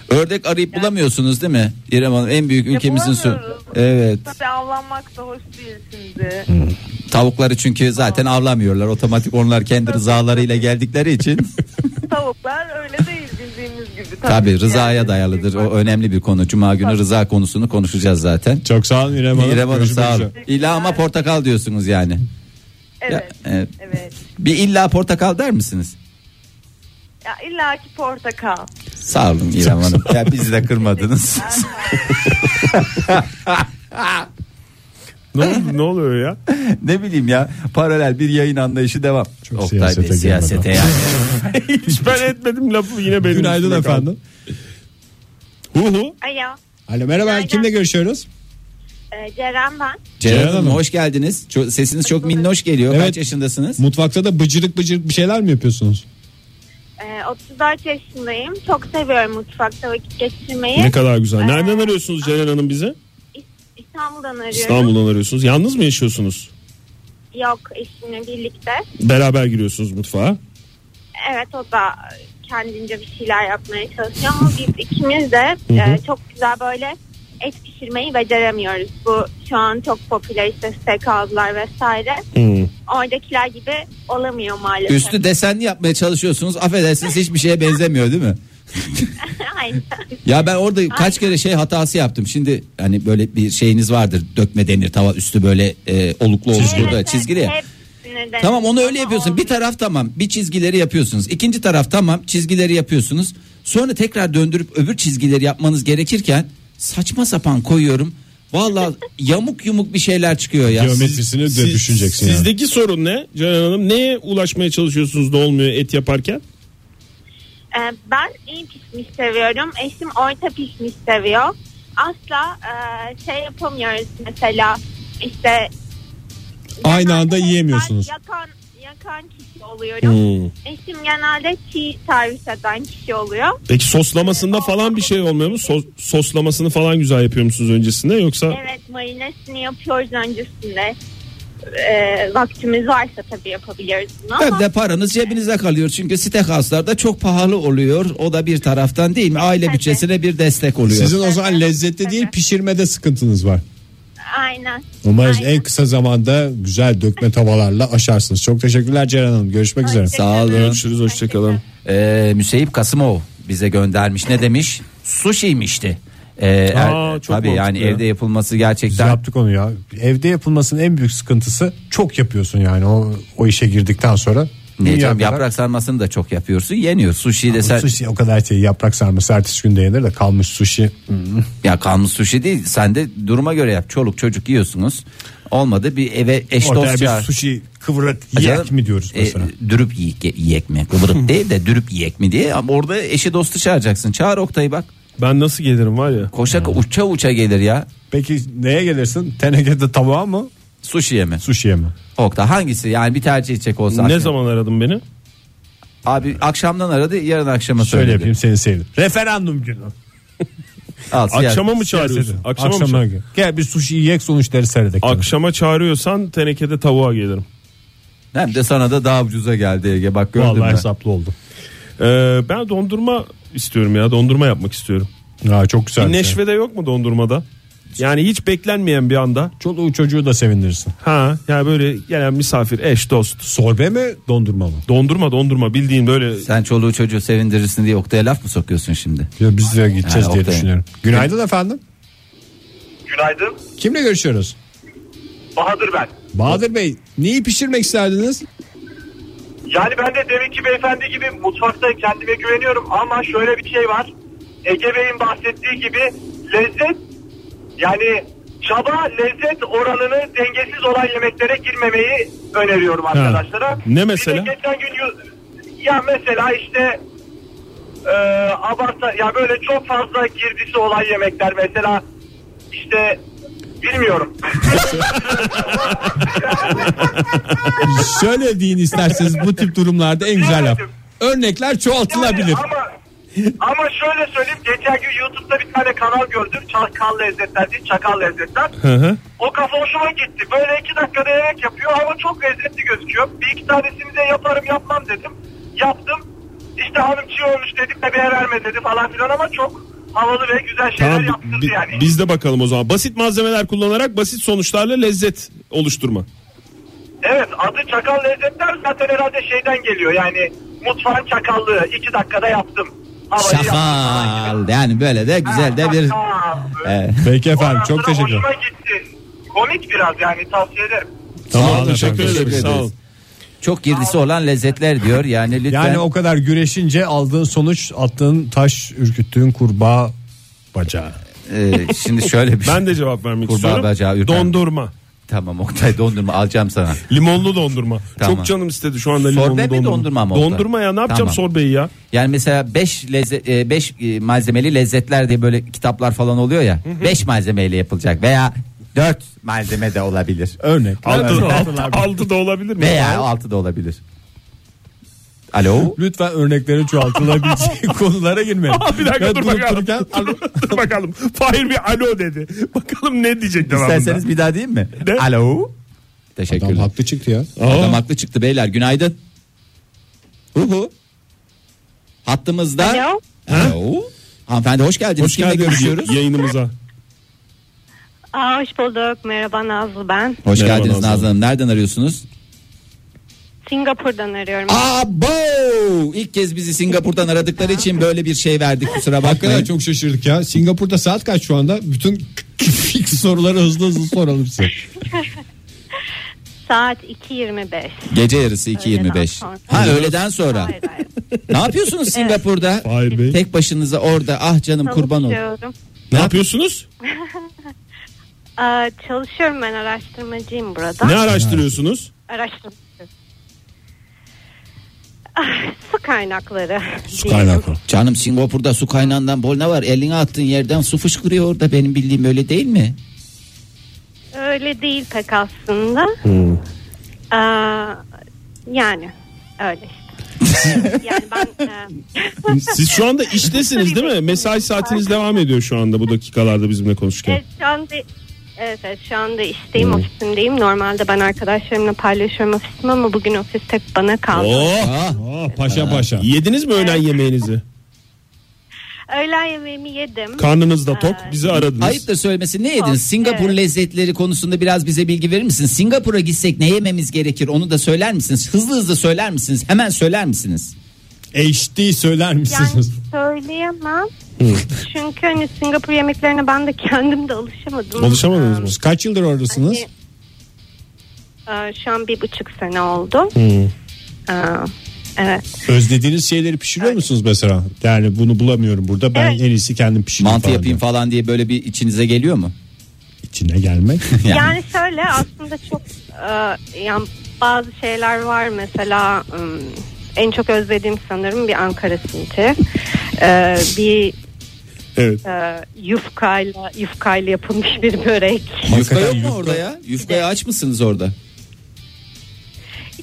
Speaker 3: Ördek arayıp bulamıyorsunuz değil mi? İrem Hanım en büyük ülkemizin su.
Speaker 6: bulamıyoruz.
Speaker 3: Evet.
Speaker 6: Tabii avlanmak da hoş değil şimdi.
Speaker 3: Tavukları çünkü zaten avlamıyorlar. Otomatik onlar kendi rızalarıyla geldikleri için.
Speaker 6: Tavuklar öyle değil bildiğimiz gibi.
Speaker 3: Tabii
Speaker 6: ki
Speaker 3: rızaya
Speaker 6: yani.
Speaker 3: dayalıdır. O önemli bir konu. Cuma günü rıza konusunu konuşacağız zaten.
Speaker 2: Çok sağ olun İrem Hanım.
Speaker 3: İrem Hanım
Speaker 2: Görüşmek
Speaker 3: sağ
Speaker 2: üzere.
Speaker 3: olun. İlla ama portakal diyorsunuz yani.
Speaker 6: Evet,
Speaker 3: Ya, evet.
Speaker 6: evet.
Speaker 3: Bir illa portakal der misiniz?
Speaker 6: Ya illaki portakal.
Speaker 3: Sağ olun İrem Hanım. Ya bizi de kırmadınız.
Speaker 4: Ne, oldu- ne oluyor ya?
Speaker 3: ne bileyim ya. Paralel bir yayın anlayışı devam. Çok
Speaker 2: siyasete girmeden.
Speaker 3: siyasete yani.
Speaker 4: Hiç ben etmedim lafı yine benim.
Speaker 2: Günaydın
Speaker 4: üstüme kaldı.
Speaker 2: efendim.
Speaker 4: Hu hu.
Speaker 6: Alo,
Speaker 2: Alo merhaba
Speaker 6: Günaydın.
Speaker 2: kimle görüşüyoruz?
Speaker 6: e, Ceren ben.
Speaker 3: Ceren
Speaker 2: Ceren
Speaker 3: Hanım
Speaker 2: Hanım.
Speaker 3: hoş geldiniz. Çok- sesiniz çok minnoş geliyor.
Speaker 2: Evet.
Speaker 3: Kaç yaşındasınız?
Speaker 2: Mutfakta da bıcırık bıcırık bir şeyler mi yapıyorsunuz?
Speaker 6: Ee, 34 yaşındayım. Çok seviyorum mutfakta vakit geçirmeyi.
Speaker 4: Ne kadar güzel. Nereden arıyorsunuz Ceren Hanım bizi?
Speaker 6: İstanbul'dan arıyorum.
Speaker 4: İstanbul'dan arıyorsunuz. Yalnız mı yaşıyorsunuz?
Speaker 6: Yok eşimle birlikte.
Speaker 4: Beraber giriyorsunuz mutfağa.
Speaker 6: Evet o da kendince bir şeyler yapmaya çalışıyor ama biz ikimiz de e, çok güzel böyle et pişirmeyi beceremiyoruz. Bu şu an çok popüler işte steakhouse'lar vesaire. Oradakiler gibi olamıyor maalesef.
Speaker 3: Üstü desenli yapmaya çalışıyorsunuz. Affedersiniz hiçbir şeye benzemiyor değil mi?
Speaker 6: Aynen.
Speaker 3: Ya ben orada kaç kere şey hatası yaptım. Şimdi hani böyle bir şeyiniz vardır. Dökme denir tava üstü böyle e, oluklu oluklu da
Speaker 6: Evet,
Speaker 3: çizgili ya.
Speaker 6: hepsini de-
Speaker 3: Tamam onu öyle
Speaker 6: Ama
Speaker 3: yapıyorsun. Bir
Speaker 6: olmuyor.
Speaker 3: taraf tamam bir çizgileri yapıyorsunuz. İkinci taraf tamam çizgileri yapıyorsunuz. Sonra tekrar döndürüp öbür çizgileri yapmanız gerekirken saçma sapan koyuyorum. Vallahi yamuk yumuk bir şeyler çıkıyor ya.
Speaker 2: Geometrisini de
Speaker 4: Siz-
Speaker 2: düşüneceksin yani.
Speaker 4: Sizdeki sorun ne Ceren Hanım? Neye ulaşmaya çalışıyorsunuz da olmuyor et yaparken?
Speaker 6: Ee, ben iyi pişmiş seviyorum. Eşim orta pişmiş seviyor. Asla e, şey yapamıyoruz mesela işte
Speaker 2: Aynı
Speaker 6: yakan
Speaker 2: anda
Speaker 6: şeyler
Speaker 2: yiyemiyorsunuz. Hmm.
Speaker 6: Yakan, yakan kişi oluyorum. Eşim genelde çiğ servis eden kişi oluyor.
Speaker 4: Peki soslamasında falan bir şey olmuyor mu? Sos- soslamasını falan güzel yapıyor musunuz öncesinde yoksa?
Speaker 6: Evet marinesini yapıyoruz öncesinde. Ee, vaktimiz varsa tabii yapabiliriz bunu ama
Speaker 3: Hem de paranız cebinize kalıyor çünkü steakhouse'larda çok pahalı oluyor. O da bir taraftan değil mi? Aile bütçesine bir destek oluyor.
Speaker 2: Sizin o zaman lezzette değil pişirmede sıkıntınız var.
Speaker 6: aynen.
Speaker 2: Umarız
Speaker 6: Aynen.
Speaker 2: en kısa zamanda güzel dökme tavalarla aşarsınız. Çok teşekkürler Ceren Hanım. Görüşmek üzere.
Speaker 3: Sağ olun.
Speaker 4: Görüşürüz hoşçakalın.
Speaker 3: Ee, Müseyip Kasımov bize göndermiş. Ne demiş? Sushi'mişti. Ee,
Speaker 4: Aa,
Speaker 3: er-
Speaker 4: çok
Speaker 3: tabii yani
Speaker 4: mantıklı ya.
Speaker 3: evde yapılması
Speaker 2: Biz
Speaker 3: gerçekten
Speaker 2: yaptık onu ya. Evde yapılmasının en büyük sıkıntısı çok yapıyorsun yani o, o işe girdikten sonra.
Speaker 3: Ne
Speaker 2: Dünya
Speaker 3: canım,
Speaker 2: kadar-
Speaker 3: yaprak sarmasını da çok yapıyorsun. Yeniyor. Sushi desen
Speaker 2: Sushi o kadar şey yaprak sarması ertesi gün de yenir de kalmış sushi.
Speaker 3: ya kalmış sushi değil. Sen de duruma göre yap. Çoluk çocuk yiyorsunuz. Olmadı bir eve eş
Speaker 2: Ortaya
Speaker 3: dost
Speaker 2: bir
Speaker 3: çağır.
Speaker 2: sushi kıvırık
Speaker 3: Acaba-
Speaker 2: yiyek mi diyoruz
Speaker 3: E,
Speaker 2: mesela?
Speaker 3: dürüp yiyek, yiyek mi? Kıvırık değil de dürüp yiyek mi diye. Ama orada eşi dostu çağıracaksın. Çağır Oktay'ı bak.
Speaker 4: Ben nasıl gelirim var ya.
Speaker 3: Koşa uça uça gelir ya.
Speaker 2: Peki neye gelirsin? Tenekede tabağa mı?
Speaker 3: Sushi'ye mi?
Speaker 2: Sushi'ye mi?
Speaker 3: Oktay hangisi? Yani bir tercih edecek olsa.
Speaker 4: Ne
Speaker 3: akşam.
Speaker 4: zaman aradın beni?
Speaker 3: Abi akşamdan aradı yarın akşama
Speaker 2: Şöyle
Speaker 3: söyledi.
Speaker 2: yapayım seni sevdim. Referandum günü.
Speaker 3: Al, siyah-
Speaker 4: Akşama mı çağırıyorsun? Akşama, mı
Speaker 2: Akşama
Speaker 4: çağır-
Speaker 2: gün. Gel bir sushi yiyek sonuçları seyredek.
Speaker 4: Akşama çağırıyorsan tenekede tavuğa gelirim.
Speaker 3: Hem de sana da daha ucuza geldi Ege. Bak gördün
Speaker 2: Vallahi
Speaker 3: mü?
Speaker 2: hesaplı oldu.
Speaker 4: Ee, ben dondurma istiyorum ya. Dondurma yapmak istiyorum.
Speaker 2: Ha, çok güzel.
Speaker 4: Bir
Speaker 2: bir şey.
Speaker 4: neşvede yok mu dondurmada? Yani hiç beklenmeyen bir anda.
Speaker 2: Çoluğu çocuğu da sevindirirsin.
Speaker 4: Ha yani böyle gelen misafir, eş, dost.
Speaker 2: Sorbe mi dondurma mı?
Speaker 4: Dondurma dondurma bildiğin böyle
Speaker 3: Sen çoluğu çocuğu sevindirirsin diye Oktay'a laf mı sokuyorsun şimdi?
Speaker 2: Ya biz de gideceğiz
Speaker 3: Ha,
Speaker 2: diye
Speaker 3: Oktay.
Speaker 2: düşünüyorum. Günaydın efendim.
Speaker 7: Günaydın.
Speaker 2: Kimle görüşüyoruz?
Speaker 7: Bahadır ben.
Speaker 2: Bahadır Bey neyi pişirmek isterdiniz?
Speaker 7: Yani ben de deminki beyefendi gibi mutfakta kendime güveniyorum ama şöyle bir şey var. Ege Bey'in bahsettiği gibi lezzet yani çaba lezzet oranını dengesiz olan yemeklere girmemeyi öneriyorum arkadaşlara.
Speaker 4: Ne
Speaker 7: Bir de
Speaker 4: mesela?
Speaker 7: geçen gün yu- ya mesela işte e, abarta ya böyle çok fazla girdisi olan yemekler mesela işte bilmiyorum.
Speaker 2: Söylediğin isterseniz bu tip durumlarda en güzel laf.
Speaker 7: Bilemedim.
Speaker 2: Örnekler çoğaltılabilir.
Speaker 7: Yani Ama, ama şöyle söyleyeyim. Geçen gün YouTube'da bir tane kanal gördüm. Çakal Lezzetler diye. Çakal Lezzetler.
Speaker 4: hı.
Speaker 7: O kafa hoşuma gitti. Böyle iki dakikada yemek yapıyor ama çok lezzetli gözüküyor. Bir iki tanesini de yaparım yapmam dedim. Yaptım. İşte hanım çiğ olmuş dedi. Bebeğe verme dedi falan filan ama çok havalı ve güzel şeyler
Speaker 4: Tamam
Speaker 7: yaptırdı
Speaker 4: bi-
Speaker 7: yani.
Speaker 4: biz de bakalım o zaman. Basit malzemeler kullanarak basit sonuçlarla lezzet oluşturma.
Speaker 7: Evet adı Çakal Lezzetler zaten herhalde şeyden geliyor. Yani mutfağın çakallığı. iki dakikada yaptım. Havayı yaptım falan gibi.
Speaker 3: Şakal. Yani böyle de güzel de bir... e,
Speaker 7: Ha,
Speaker 4: Ee,
Speaker 3: Evet.
Speaker 2: Peki efendim
Speaker 7: Ondan
Speaker 2: çok
Speaker 7: sonra
Speaker 2: teşekkür ederim.
Speaker 7: Hoşuma gitti. Komik biraz yani tavsiye ederim.
Speaker 2: Sağ olun
Speaker 4: Tamam
Speaker 2: efendim,
Speaker 4: teşekkür ederim.
Speaker 3: teşekkür
Speaker 4: Sağ
Speaker 3: ederiz.
Speaker 4: ol.
Speaker 3: Çok girdisi olan lezzetler diyor. Yani lütfen.
Speaker 2: Yani o kadar güreşince aldığın sonuç attığın taş ürküttüğün kurbağa bacağı.
Speaker 3: e, şimdi şöyle bir
Speaker 4: Ben de cevap vermek
Speaker 3: Kurbağa
Speaker 4: istiyorum.
Speaker 3: bacağı ürpermiş.
Speaker 4: dondurma.
Speaker 3: Tamam Oktay dondurma alacağım sana.
Speaker 4: Limonlu dondurma.
Speaker 3: Tamam.
Speaker 4: Çok canım istedi şu anda
Speaker 3: Sorbe
Speaker 4: limonlu
Speaker 3: mi,
Speaker 4: dondurma.
Speaker 3: dondurma mı Oktay?
Speaker 4: Dondurma ya ne yapacağım
Speaker 3: Tamam.
Speaker 4: sorbeyi ya?
Speaker 3: Yani mesela 5 lezzet 5 e, malzemeli lezzetler diye böyle kitaplar falan oluyor ya. 5 malzemeyle yapılacak veya 4 malzeme de olabilir.
Speaker 2: Örnek.
Speaker 4: Altı, altı, altı da olabilir mi?
Speaker 3: Veya 6 da olabilir. Alo.
Speaker 2: Lütfen örnekleri çoğaltılabilecek konulara girmeyin.
Speaker 4: Aa, bir dakika
Speaker 2: Ya
Speaker 4: dur
Speaker 2: durup
Speaker 4: bakalım.
Speaker 2: dururken-
Speaker 4: dur bakalım. Fahir bir alo dedi. Bakalım ne diyecek devamında.
Speaker 3: İsterseniz bir daha diyeyim mi?
Speaker 4: De.
Speaker 3: Alo.
Speaker 2: Adam
Speaker 3: Teşekkürler.
Speaker 2: haklı çıktı ya.
Speaker 3: Adam, haklı çıktı beyler. Günaydın. Uhu. Hattımızda.
Speaker 8: Alo.
Speaker 3: Alo. Hanımefendi hoş geldiniz.
Speaker 4: Hoş
Speaker 3: Kimle
Speaker 4: geldiniz
Speaker 3: görüşüyoruz?
Speaker 4: yayınımıza.
Speaker 8: Aa, hoş bulduk. Merhaba Nazlı ben.
Speaker 3: Hoş
Speaker 4: Merhaba
Speaker 3: geldiniz
Speaker 4: Nazlı
Speaker 3: Nazlı Hanım. Nereden arıyorsunuz?
Speaker 8: Singapur'dan arıyorum.
Speaker 3: Abo! İlk kez bizi Singapur'dan aradıkları için böyle bir şey verdik kusura
Speaker 2: Hakikaten
Speaker 3: bakmayın.
Speaker 2: çok şaşırdık ya. Singapur'da saat kaç şu anda? Bütün soruları hızlı hızlı soralım size.
Speaker 8: Saat 2.25.
Speaker 3: Gece yarısı
Speaker 8: Öğleden
Speaker 3: 2.25.
Speaker 8: sonra.
Speaker 3: Ha öğleden sonra.
Speaker 8: Hayır hayır.
Speaker 3: Ne yapıyorsunuz Singapur'da?
Speaker 4: Fahir Bey.
Speaker 3: Tek başınıza orada ah canım kurban ol.
Speaker 8: Çalışıyorum.
Speaker 4: Ne yapıyorsunuz?
Speaker 8: Aa, çalışıyorum ben araştırmacıyım burada.
Speaker 4: Ne araştırıyorsunuz?
Speaker 8: Araştırma. Ah, Su kaynakları.
Speaker 2: Su kaynaklı.
Speaker 3: Canım Singapur'da su kaynağından bol ne var? Eline attığın yerden su fışkırıyor orada benim bildiğim öyle değil mi?
Speaker 8: Öyle değil pek aslında. Aa, yani öyle işte. yani ben e,
Speaker 4: Siz şu anda iştesiniz değil mi? Mesai saatiniz devam ediyor şu anda bu dakikalarda bizimle konuşurken.
Speaker 8: evet, şu anda evet, evet, şu anda işteyim ofisimdeyim. Normalde ben arkadaşlarımla paylaşıyorum ofisimi ama bugün ofis tek bana kaldı.
Speaker 4: Oh!
Speaker 3: Ah,
Speaker 2: Aa, paşa paşa.
Speaker 4: Yediniz mi öğlen yemeğinizi?
Speaker 8: Öğlen yemeğimi yedim.
Speaker 4: Karnınız da tok bizi aradınız.
Speaker 3: ayıptır söylemesi ne yediniz?
Speaker 8: Çok,
Speaker 3: Singapur
Speaker 8: evet.
Speaker 3: lezzetleri konusunda biraz bize bilgi verir misiniz? Singapur'a gitsek ne yememiz gerekir onu da söyler misiniz? Hızlı hızlı söyler misiniz? Hemen söyler misiniz?
Speaker 2: HD söyler
Speaker 8: Yani
Speaker 2: misiniz?
Speaker 8: söyleyemem. Çünkü hani Singapur yemeklerine ben de kendim de alışamadım.
Speaker 4: Alışamadınız mı?
Speaker 2: Siz Kaç yıldır oradasınız?
Speaker 8: Hani, e, şu an bir buçuk sene oldu. Aa, evet.
Speaker 2: Özlediğiniz şeyleri pişiriyor musunuz mesela? Yani bunu bulamıyorum burada. Ben
Speaker 8: Evet.
Speaker 2: en iyisi kendim pişireyim
Speaker 3: Mantı
Speaker 2: falan
Speaker 3: yapayım
Speaker 2: diyor.
Speaker 3: falan diye böyle bir içinize geliyor mu?
Speaker 2: İçine gelmek.
Speaker 3: Yani,
Speaker 8: Yani şöyle aslında çok e, yani bazı şeyler var mesela ım, en çok özlediğim sanırım bir Ankara simiti. E, bir
Speaker 2: evet.
Speaker 8: e, yufkayla yufkayla yapılmış bir börek.
Speaker 3: yufka yok mu
Speaker 2: yufka-
Speaker 3: orada ya? Yufkaya aç mısınız orada?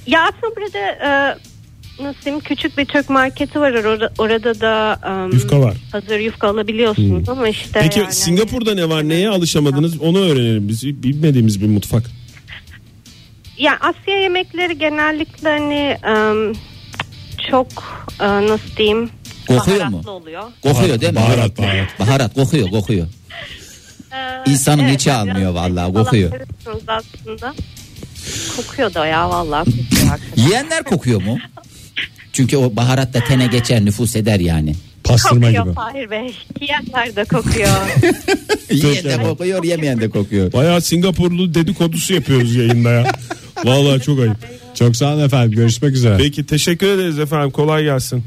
Speaker 8: Ya aslında burada e, nasıl diyeyim küçük bir Türk marketi var orada, orada da ım,
Speaker 4: Yufka var.
Speaker 8: hazır yufka alabiliyorsunuz ama işte
Speaker 4: Peki
Speaker 8: yani-
Speaker 4: Singapur'da ne var? Neye alışamadınız? Onu öğrenelim. Biz bilmediğimiz bir mutfak.
Speaker 8: Ya Asya yemekleri genellikle hani ım, çok e, nasıl diyeyim
Speaker 3: Kokuyor
Speaker 8: baharatlı
Speaker 3: mu?
Speaker 8: oluyor.
Speaker 3: Kokuyor değil mi?
Speaker 2: Baharat, baharat.
Speaker 3: Baharat kokuyor kokuyor.
Speaker 8: Ee,
Speaker 3: İnsanın
Speaker 8: evet,
Speaker 3: içi almıyor
Speaker 8: biraz
Speaker 3: vallahi,
Speaker 8: falan
Speaker 3: kokuyor.
Speaker 8: seviyorsunuz aslında. Kokuyor da ya vallahi kokuyor hakikaten.
Speaker 3: Yiyenler kokuyor mu? Çünkü o baharat da tene geçer nüfus eder yani.
Speaker 2: Pastırma
Speaker 8: kokuyor
Speaker 2: gibi.
Speaker 8: Fahir Bey. Yiyenler de kokuyor.
Speaker 3: Yiyen de kokuyor yemeyen de kokuyor.
Speaker 4: Bayağı Singapurlu dedikodusu yapıyoruz yayında ya. Vallahi çok ayıp.
Speaker 2: Çok sağ olun efendim. Görüşmek üzere.
Speaker 4: Peki teşekkür ederiz efendim. Kolay gelsin.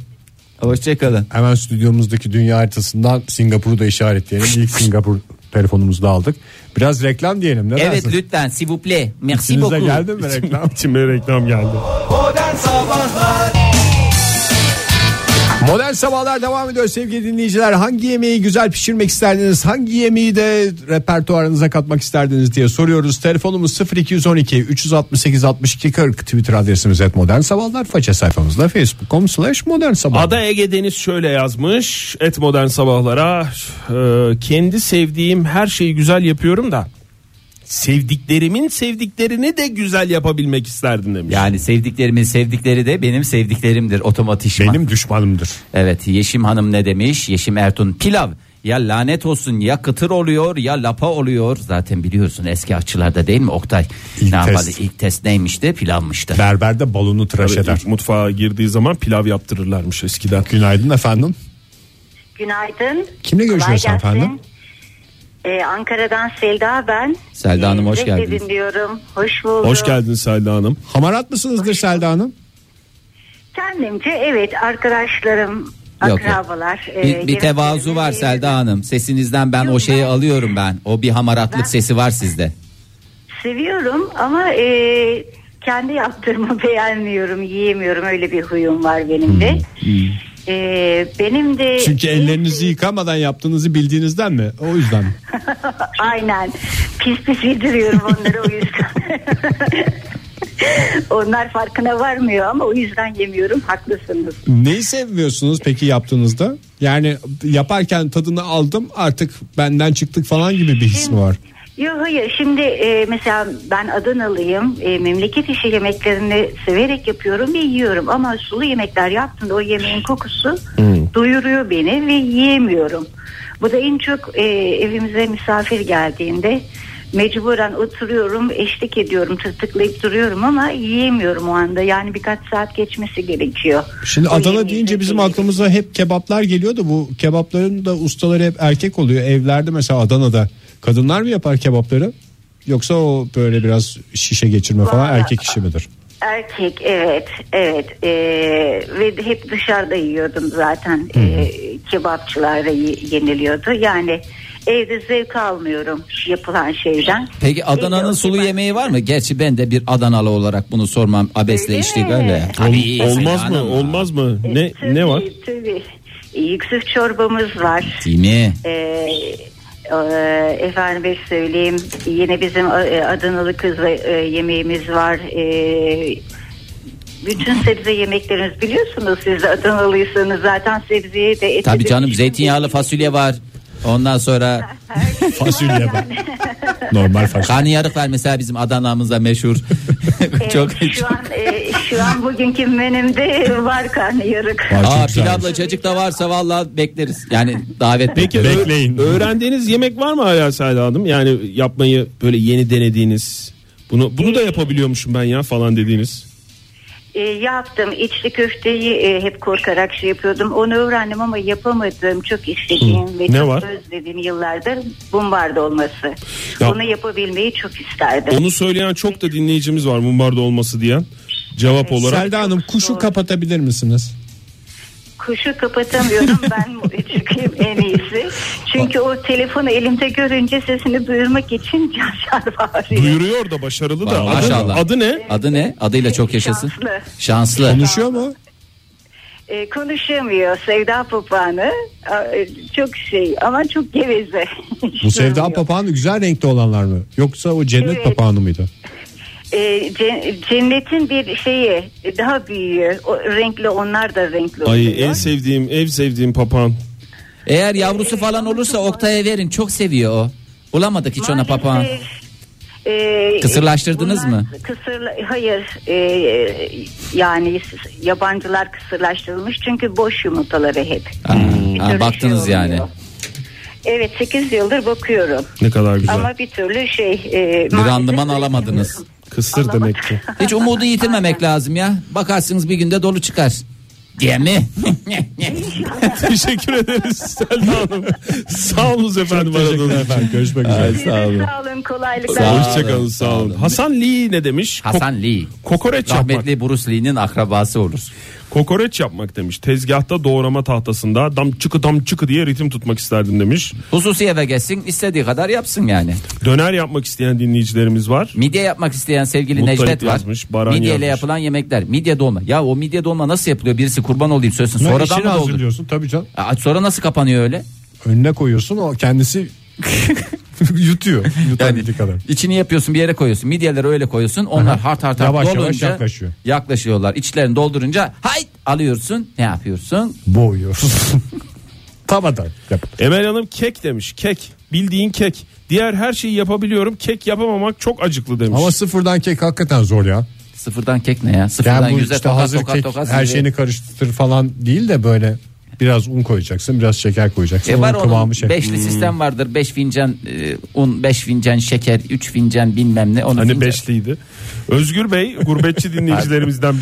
Speaker 3: Hoşçakalın.
Speaker 2: Hemen stüdyomuzdaki dünya haritasından Singapur'u da işaretleyelim. İlk Singapur telefonumuzu da aldık. Biraz reklam diyelim. Ne
Speaker 3: Evet
Speaker 2: dersiniz?
Speaker 3: lütfen s'il vous plaît. Merci
Speaker 2: İçinize
Speaker 3: beaucoup.
Speaker 2: geldi mi reklam?
Speaker 4: Şimdi reklam geldi.
Speaker 1: Modern Sabahlar
Speaker 2: Modern Sabahlar devam ediyor sevgili dinleyiciler. Hangi yemeği güzel pişirmek isterdiniz? Hangi yemeği de repertuarınıza katmak isterdiniz diye soruyoruz. Telefonumuz 0212 368 62 40 Twitter adresimiz et modern sabahlar. Faça sayfamızda facebook.com slash modern sabahlar.
Speaker 4: Ada Ege Deniz şöyle yazmış. Et modern sabahlara. e, kendi sevdiğim her şeyi güzel yapıyorum da. Sevdiklerimin sevdiklerini de güzel yapabilmek isterdim demiş.
Speaker 3: Yani sevdiklerimin sevdikleri de benim sevdiklerimdir otomatikman.
Speaker 2: benim düşmanımdır.
Speaker 3: Evet Yeşim Hanım ne demiş? Yeşim Ertun pilav ya lanet olsun ya kıtır oluyor ya lapa oluyor. Zaten biliyorsun eski aşçılarda değil mi Oktay?
Speaker 2: İlk
Speaker 3: ne yapardı?
Speaker 2: test.
Speaker 3: İlk test neymişti? Pilavmıştı.
Speaker 2: Berberde balonu tıraş
Speaker 4: Tabii
Speaker 2: eder.
Speaker 4: ilk mutfağa girdiği zaman pilav yaptırırlarmış eskiden.
Speaker 2: Günaydın efendim.
Speaker 9: Günaydın.
Speaker 2: Kimle görüşüyoruz
Speaker 9: Kolay gelsin.
Speaker 2: efendim?
Speaker 9: Ee, Ankara'dan Selda ben.
Speaker 3: Selda Hanım, hoş
Speaker 9: Yerinizde
Speaker 3: geldiniz.
Speaker 9: dinliyorum. Hoş bulduk.
Speaker 4: Hoş geldin Selda Hanım.
Speaker 2: Hamarat mısınızdır Selda Hanım?
Speaker 9: Kendimce evet arkadaşlarım,
Speaker 3: Yok, yok.
Speaker 9: akrabalar. e,
Speaker 3: Bir, bir tevazu var
Speaker 9: yemeklerimi-
Speaker 3: Selda Hanım. Sesinizden ben o
Speaker 9: Yok,
Speaker 3: şeyi
Speaker 9: ben-
Speaker 3: alıyorum ben. O bir hamaratlık
Speaker 9: Ben-
Speaker 3: sesi var sizde.
Speaker 9: Seviyorum ama e, kendi yaptığımı beğenmiyorum, yiyemiyorum. Öyle bir huyum var benim de.
Speaker 3: Hmm,
Speaker 9: E, benim de
Speaker 2: Çünkü ellerinizi yıkamadan yaptığınızı bildiğinizden mi? O yüzden mi?
Speaker 9: Aynen. Pis pis yediriyorum onları o yüzden. Onlar farkına varmıyor ama o yüzden yemiyorum. Haklısınız.
Speaker 2: Neyi sevmiyorsunuz peki yaptığınızda? Yani yaparken tadını aldım artık benden çıktık falan gibi bir his mi var?
Speaker 9: Yok hayır şimdi e, mesela ben Adanalıyım E, memleket işi yemeklerini severek yapıyorum ve yiyorum ama sulu yemekler yaptığımda o yemeğin kokusu doyuruyor beni ve yiyemiyorum. Bu da en çok e, evimize misafir geldiğinde mecburen oturuyorum eşlik ediyorum tırtıklayıp duruyorum ama yiyemiyorum o anda yani birkaç saat geçmesi gerekiyor.
Speaker 2: Şimdi
Speaker 9: O
Speaker 2: Adana
Speaker 9: yemeği
Speaker 2: deyince bizim
Speaker 9: seviyorum.
Speaker 2: aklımıza hep kebaplar geliyor da bu kebapların da ustaları hep erkek oluyor. Evlerde mesela Adana'da kadınlar mı yapar kebapları? Yoksa o böyle biraz şişe geçirme falan
Speaker 9: Vallahi-
Speaker 2: erkek işi midir?
Speaker 9: Erkek evet evet Ee, ve de hep dışarıda yiyordum zaten Ee, kebapçılarda ye- yeniliyordu yani evde zevk almıyorum yapılan şeyden.
Speaker 3: Peki Adana'nın
Speaker 9: Evde
Speaker 3: sulu
Speaker 9: Şey ben-
Speaker 3: yemeği var mı? Gerçi ben de bir Adanalı olarak bunu sormam abesle
Speaker 9: Öyle
Speaker 3: içtik
Speaker 9: mi?
Speaker 3: öyle.
Speaker 4: Ol-
Speaker 3: Tabii, Selda
Speaker 4: olmaz mı?
Speaker 3: Hanım.
Speaker 4: Olmaz mı? Ne
Speaker 9: E, Tabii,
Speaker 4: ne var?
Speaker 9: Ee, Tabii. Yüksüf çorbamız var.
Speaker 3: Değil mi?
Speaker 9: Ee, e, efendim bir söyleyeyim yine bizim e, Adanalı kızla e, yemeğimiz var. Ee, bütün sebze yemeklerimiz biliyorsunuz siz de Adanalıysanız zaten sebzeye de eti
Speaker 3: Tabii
Speaker 9: de-
Speaker 3: canım zeytinyağlı fasulye var. Ondan sonra
Speaker 2: Fasulye var. Normal fasulye.
Speaker 3: karnıyarık var mesela bizim Adana'mızda meşhur.
Speaker 9: Evet,
Speaker 3: çok
Speaker 9: Ee, şu an e, şu an bugünkü menümde var karnıyarık.
Speaker 2: Vay, çok
Speaker 3: Aa
Speaker 2: güzelmiş.
Speaker 3: pilavla cacık da varsa vallahi bekleriz. Yani davet
Speaker 4: Peki
Speaker 3: bekleriz.
Speaker 2: Bekleyin.
Speaker 4: ö- öğrendiğiniz yemek var mı hala Selda Hanım? Yani yapmayı böyle yeni denediğiniz. Bunu bunu da yapabiliyormuşum ben ya falan dediğiniz.
Speaker 9: E, yaptım içli köfteyi e, hep korkarak şey yapıyordum. Onu öğrendim ama yapamadım. Çok istediğim ve
Speaker 4: Ne
Speaker 9: çok
Speaker 4: var?
Speaker 9: özlediğim yıllardır bumbar dolması.
Speaker 4: Ya-
Speaker 9: Onu yapabilmeyi çok isterdim.
Speaker 4: Onu söyleyen çok da dinleyicimiz var mumbarda olması diyen. cevap olarak.
Speaker 2: Selda Hanım kuşu kapatabilir misiniz?
Speaker 9: Kuşu kapatamıyorum ben çıkayım en iyisi. Çünkü o telefonu elimde görünce sesini duyurmak için canşar bağırıyor.
Speaker 4: Duyuruyor da başarılı da.
Speaker 3: Vallahi
Speaker 4: Adı,
Speaker 3: maşallah.
Speaker 4: adı ne?
Speaker 3: Adı ne? Adıyla çok yaşasın.
Speaker 9: Şanslı.
Speaker 3: Şanslı.
Speaker 2: Konuşuyor mu?
Speaker 9: Ee, konuşamıyor Sevda Papağan'ı. Ee, Çok şey ama çok geveze.
Speaker 2: Bu Sevda
Speaker 9: Durmuyor.
Speaker 2: papağanı güzel renkte olanlar mı? Yoksa o cennet
Speaker 9: Evet.
Speaker 2: papağanı mıydı?
Speaker 9: Ee, cen- cennetin bir şeyi e, daha büyüğü. O, renkli onlar da renkli
Speaker 4: Ay
Speaker 9: oluyor.
Speaker 4: en sevdiğim, ev sevdiğim papağan.
Speaker 3: Eğer yavrusu falan olursa Oktay'a verin. Çok seviyor o. Bulamadık hiç ona
Speaker 9: Maalesef,
Speaker 3: papağan.
Speaker 9: e,
Speaker 3: Kısırlaştırdınız
Speaker 9: bunlar
Speaker 3: mı?
Speaker 9: Kısır, hayır. e, yani s- yabancılar kısırlaştırılmış çünkü boş yumurtaları hep.
Speaker 3: Ha,
Speaker 9: Bir
Speaker 3: ha,
Speaker 9: türlü
Speaker 3: baktınız
Speaker 9: şey
Speaker 3: yani.
Speaker 9: olmuyor. Evet 8 yıldır bakıyorum.
Speaker 4: Ne kadar güzel.
Speaker 9: Ama bir türlü şey... E,
Speaker 3: Bir
Speaker 9: maalesef
Speaker 3: randıman alamadınız.
Speaker 4: Kısır demek ki.
Speaker 3: Hiç umudu yitirmemek lazım ya. Bakarsınız bir günde dolu çıkar. Diye mi?
Speaker 4: Teşekkür ederiz Selda Hanım. Sağ olunuz efendim aradığınız için.
Speaker 2: Görüşmek üzere.
Speaker 3: Sağ olun.
Speaker 9: Sağ olun kolaylıklar.
Speaker 3: Sağ olun.
Speaker 4: Hoşçakalın sağ olun. Hasan Lee ne demiş?
Speaker 3: Hasan Lee.
Speaker 4: Kokoreç yapmak.
Speaker 3: Rahmetli Bruce Lee'nin akrabası olur.
Speaker 4: Kokoreç yapmak demiş. Tezgahta doğrama tahtasında dam çıkı dam çıkı diye ritim tutmak isterdim demiş.
Speaker 3: Hususi eve geçsin istediği kadar yapsın yani.
Speaker 4: Döner yapmak isteyen dinleyicilerimiz var.
Speaker 3: Midye yapmak isteyen sevgili
Speaker 4: Muttalip
Speaker 3: Necdet var.
Speaker 4: yazmış, Baran
Speaker 3: Midyeyle
Speaker 4: yazmış.
Speaker 3: yapılan yemekler. Midye dolma. Ya o midye dolma nasıl yapılıyor? Birisi kurban olayım söylesin. Sonradan mı doldu?
Speaker 2: hazırlıyorsun tabii canım.
Speaker 3: Aa, Sonra nasıl kapanıyor öyle?
Speaker 2: Önüne koyuyorsun o kendisi yutuyor. Yutabildiği kadar.
Speaker 3: İçini yapıyorsun bir yere koyuyorsun. Midyeleri öyle koyuyorsun. Onlar hart hart hart
Speaker 2: Yavaş yavaş
Speaker 3: dolunca
Speaker 2: yaklaşıyor.
Speaker 3: yaklaşıyorlar. İçlerini doldurunca hayt alıyorsun. Ne yapıyorsun?
Speaker 2: Boğuyorsun. Tavadan yapın.
Speaker 4: Emel Hanım kek demiş. Kek. Bildiğin kek. Diğer her şeyi yapabiliyorum. Kek yapamamak çok acıklı demiş.
Speaker 2: Ama sıfırdan kek hakikaten zor ya.
Speaker 3: Sıfırdan kek ne ya? Sıfırdan
Speaker 2: Yani bu
Speaker 3: yüze
Speaker 2: işte
Speaker 3: tokat
Speaker 2: hazır
Speaker 3: tokat
Speaker 2: kek
Speaker 3: tokat.
Speaker 2: her
Speaker 3: yüze.
Speaker 2: şeyini karıştır falan değil de böyle biraz un koyacaksın biraz şeker koyacaksın.
Speaker 3: E var
Speaker 2: Onun
Speaker 3: onun
Speaker 2: kıvamı şey.
Speaker 3: beşli sistem vardır. Beş fincan e, un, beş fincan şeker, üç fincan bilmem ne. Onun
Speaker 4: Hani
Speaker 3: fincan-
Speaker 4: beşliydi. Özgür Bey gurbetçi dinleyicilerimizden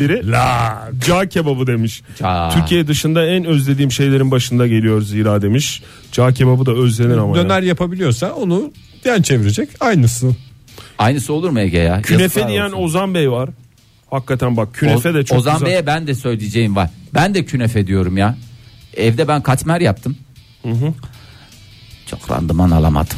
Speaker 4: biri. La ca kebabı demiş.
Speaker 3: Ca.
Speaker 4: Türkiye dışında en özlediğim şeylerin başında geliyor zira demiş. Ca kebabı da özlenir ama. ya.
Speaker 2: Döner yapabiliyorsa onu yan çevirecek aynısı.
Speaker 3: Aynısı olur mu Ege ya?
Speaker 4: Künefe
Speaker 3: Yazıklar
Speaker 4: diyen
Speaker 3: olsun.
Speaker 4: Ozan Bey var. Hakikaten bak künefe
Speaker 3: O-
Speaker 4: de çok
Speaker 3: Ozan
Speaker 4: güzel.
Speaker 3: Bey'e ben de söyleyeceğim var. Ben de künefe diyorum ya. Evde ben katmer yaptım. Çok randıman alamadım.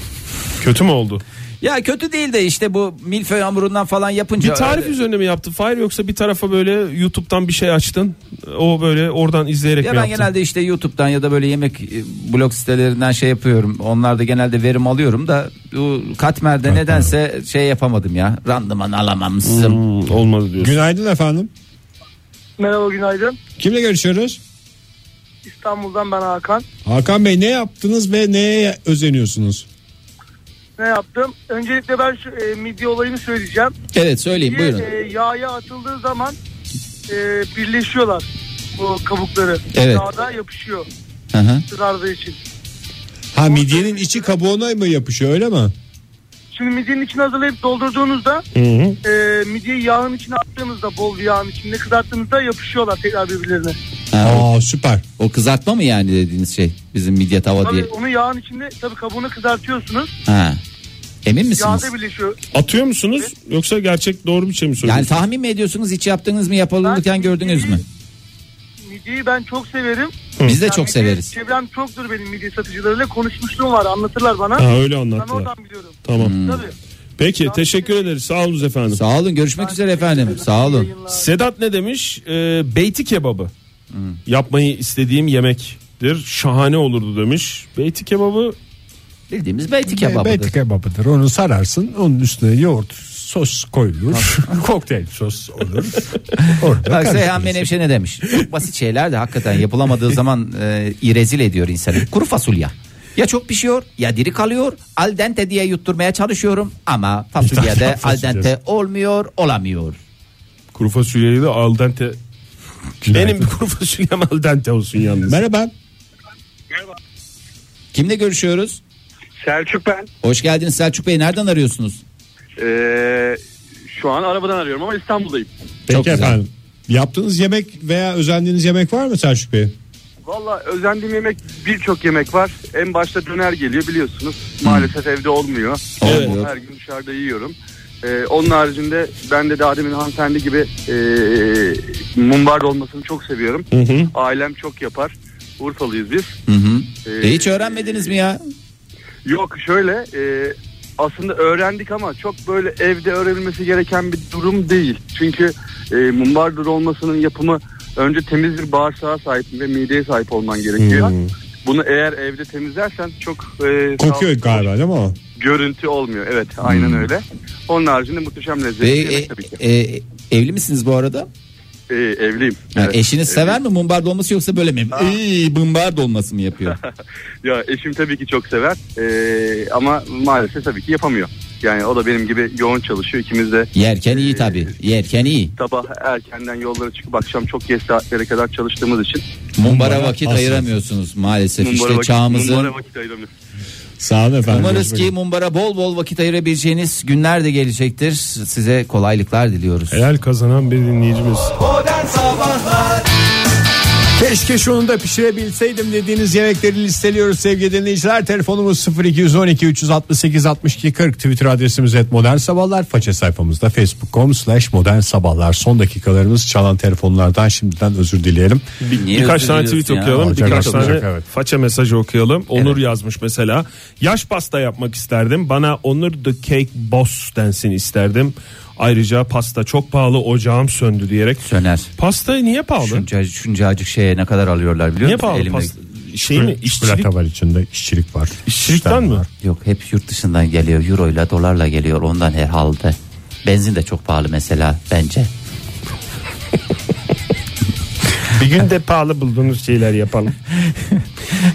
Speaker 4: Kötü mü oldu?
Speaker 3: Ya kötü değil de işte bu milföy hamurundan falan yapınca.
Speaker 4: Bir tarif
Speaker 3: öyle-
Speaker 4: üzerine mi yaptın Fahir yoksa bir tarafa böyle YouTube'dan bir şey açtın. O böyle oradan izleyerek
Speaker 3: Ya
Speaker 4: mi
Speaker 3: ben
Speaker 4: yaptın?
Speaker 3: genelde işte YouTube'dan ya da böyle yemek e, blog sitelerinden şey yapıyorum. Onlarda genelde verim alıyorum da bu katmer'de nedense şey yapamadım ya. Randıman alamamışım.
Speaker 4: Hmm, olmadı diyorsun.
Speaker 2: Günaydın efendim.
Speaker 10: Merhaba günaydın.
Speaker 2: Kimle görüşüyoruz?
Speaker 10: İstanbul'dan ben Hakan.
Speaker 2: Hakan Bey ne yaptınız ve neye özeniyorsunuz?
Speaker 10: Ne yaptım? Öncelikle ben şu e, midye olayını söyleyeceğim.
Speaker 3: Evet söyleyin
Speaker 10: Midye,
Speaker 3: buyurun.
Speaker 10: e, yağa atıldığı zaman e, birleşiyorlar bu kabukları.
Speaker 3: Evet.
Speaker 10: Yağda yapışıyor
Speaker 3: Hı hı.
Speaker 10: kızardığı için.
Speaker 2: Ha midyenin içi kabuğuna mı yapışıyor öyle mi?
Speaker 10: Şimdi midyenin içini hazırlayıp doldurduğunuzda e, midyeyi yağın içine attığınızda bol bir yağın içinde kızarttığınızda yapışıyorlar tekrar birbirlerine.
Speaker 3: Ha, o-
Speaker 2: Aa süper.
Speaker 3: o kızartma mı yani dediğiniz şey? Bizim midye tava diye.
Speaker 10: Tabii onu yağın içinde tabii kabuğunu kızartıyorsunuz.
Speaker 3: Ha. Emin misiniz?
Speaker 10: Yağda birleşiyor.
Speaker 4: Atıyor musunuz yoksa gerçek doğru bir şey mi
Speaker 3: Yani
Speaker 4: söylüyorsunuz?
Speaker 3: tahmin mi ediyorsunuz hiç yaptınız mı yapılırken
Speaker 10: Ben-
Speaker 3: gördünüz mü?
Speaker 10: Midyeyi ben çok severim.
Speaker 3: Biz de
Speaker 10: Yani
Speaker 3: çok
Speaker 10: midye-
Speaker 3: severiz.
Speaker 10: Çevrem çoktur benim midye satıcılarıyla konuşmuşluğum var anlatırlar bana.
Speaker 4: ha, öyle
Speaker 10: Ben
Speaker 4: anlattılar.
Speaker 10: oradan biliyorum.
Speaker 4: Tamam.
Speaker 10: Tabii.
Speaker 4: Peki teşekkür ederiz. Sağ olun efendim.
Speaker 3: Hmm. Sağ olun görüşmek üzere efendim. Sağ olun.
Speaker 4: Sedat ne demiş? Ee, beyti kebabı.
Speaker 3: Hmm.
Speaker 4: Yapmayı istediğim yemektir. Şahane olurdu demiş. Beyti kebabı
Speaker 3: Bildiğimiz beyti
Speaker 2: Beti
Speaker 3: kebabıdır.
Speaker 2: kebabıdır. Onu sararsın. Onun üstüne yoğurt sos koyulur. Kokteyl sos olur. Orada
Speaker 3: Bak Seyhan
Speaker 2: karıştırırsın.
Speaker 3: Menevşe ne demiş? Çok basit şeyler de hakikaten yapılamadığı zaman e, irezil ediyor insanı. Kuru fasulye. Ya çok pişiyor ya diri kalıyor. Al dente diye yutturmaya çalışıyorum ama fasulyede al
Speaker 2: Fasulye.
Speaker 3: dente olmuyor olamıyor.
Speaker 4: kuru fasulyeyi de al dente. Benim bir kuru fasulyem al dente olsun yalnız.
Speaker 2: Merhaba.
Speaker 3: Kimle görüşüyoruz?
Speaker 11: Selçuk ben.
Speaker 3: Hoş geldiniz Selçuk Bey nereden arıyorsunuz?
Speaker 11: Ee, şu an arabadan arıyorum ama İstanbul'dayım.
Speaker 2: Peki
Speaker 3: Çok güzel.
Speaker 2: efendim. Yaptığınız yemek veya özendiğiniz yemek var mı Selçuk Bey?
Speaker 11: Valla özendiğim yemek birçok yemek var. En başta döner geliyor biliyorsunuz. Maalesef evde olmuyor.
Speaker 3: Olmuyor.
Speaker 11: Her gün dışarıda yiyorum. Ee, onun haricinde ben de daha demin hanımefendi gibi e, mumbar dolmasını çok seviyorum.
Speaker 3: Hı hı.
Speaker 11: Ailem çok yapar. Urfalıyız biz.
Speaker 3: Hı hı.
Speaker 11: Ee,
Speaker 3: E, hiç öğrenmediniz mi ya?
Speaker 11: Yok şöyle e, aslında öğrendik ama çok böyle evde öğrenilmesi gereken bir durum değil. Çünkü e, mumbar dolmasının yapımı önce temiz bir bağırsağa sahip ve mideye sahip olman gerekiyor.
Speaker 2: Hmm.
Speaker 11: Bunu eğer evde temizlersen çok e,
Speaker 2: Kokuyor
Speaker 11: sağlıklı
Speaker 2: galiba değil mi o?
Speaker 11: görüntü olmuyor. Evet aynen
Speaker 3: Hmm.
Speaker 11: öyle. Onun haricinde muhteşem lezzetli
Speaker 3: Ve,
Speaker 11: yemek
Speaker 3: e,
Speaker 11: tabii ki.
Speaker 3: e, evli misiniz bu arada?
Speaker 11: E, evliyim.
Speaker 3: Yani
Speaker 11: Evet,
Speaker 3: eşiniz
Speaker 11: evliyim.
Speaker 3: sever mi mumbar dolması yoksa böyle mi? İyi mumbar dolması mı yapıyor?
Speaker 11: Ya eşim tabii ki çok sever e, ama maalesef tabii ki yapamıyor. Yani o da benim gibi yoğun çalışıyor. İkimiz de
Speaker 3: Yerken iyi tabi. Yerken iyi.
Speaker 11: sabah erkenden yollara çıkıp akşam çok geç saatlere kadar çalıştığımız için
Speaker 3: Mumbara vakit
Speaker 2: asıl.
Speaker 3: ayıramıyorsunuz maalesef. işte
Speaker 11: vakit,
Speaker 3: çağımızın
Speaker 11: mumbara vakit ayıramıyoruz.
Speaker 2: Sağ olun efendim.
Speaker 3: Umarız
Speaker 2: Görüşmek
Speaker 3: ki mumbara bol bol vakit ayırabileceğiniz günler de gelecektir. Size kolaylıklar diliyoruz.
Speaker 4: Helal kazanan bir dinleyicimiz.
Speaker 1: Modern Sabahlar
Speaker 2: Keşke şunu da pişirebilseydim dediğiniz yemekleri listeliyoruz sevgili dinleyiciler. Telefonumuz 0212 368 62 40 Twitter adresimiz et modern sabahlar. Faça sayfamızda facebook.com slash modern sabahlar. Son dakikalarımız çalan telefonlardan şimdiden özür dileyelim.
Speaker 3: Niye
Speaker 4: Birkaç tane
Speaker 3: üzülüyorsun
Speaker 4: tweet
Speaker 3: ya?
Speaker 4: okuyalım.
Speaker 2: Olacak,
Speaker 4: birkaç
Speaker 2: olacak,
Speaker 3: şey
Speaker 4: tane
Speaker 2: evet.
Speaker 4: faça mesajı okuyalım. Onur yazmış mesela. Yaş pasta yapmak isterdim. Bana Onur the Cake Boss densin isterdim. Ayrıca pasta çok pahalı ocağım söndü diyerek.
Speaker 3: Söner.
Speaker 4: Pasta niye pahalı?
Speaker 3: Şunca, şuncacık şeye ne kadar alıyorlar biliyor
Speaker 4: niye
Speaker 3: musun?
Speaker 4: pahalı
Speaker 3: Elimde-
Speaker 4: pasta? Şey mi? İşçilik,
Speaker 2: Çikolata var içinde işçilik var.
Speaker 4: işçilikten
Speaker 2: İşten
Speaker 4: mi?
Speaker 2: var.
Speaker 3: Yok hep yurt dışından geliyor. Euroyla dolarla geliyor ondan herhalde. Benzin de çok pahalı mesela bence.
Speaker 4: Bir gün de pahalı bulduğunuz şeyler yapalım.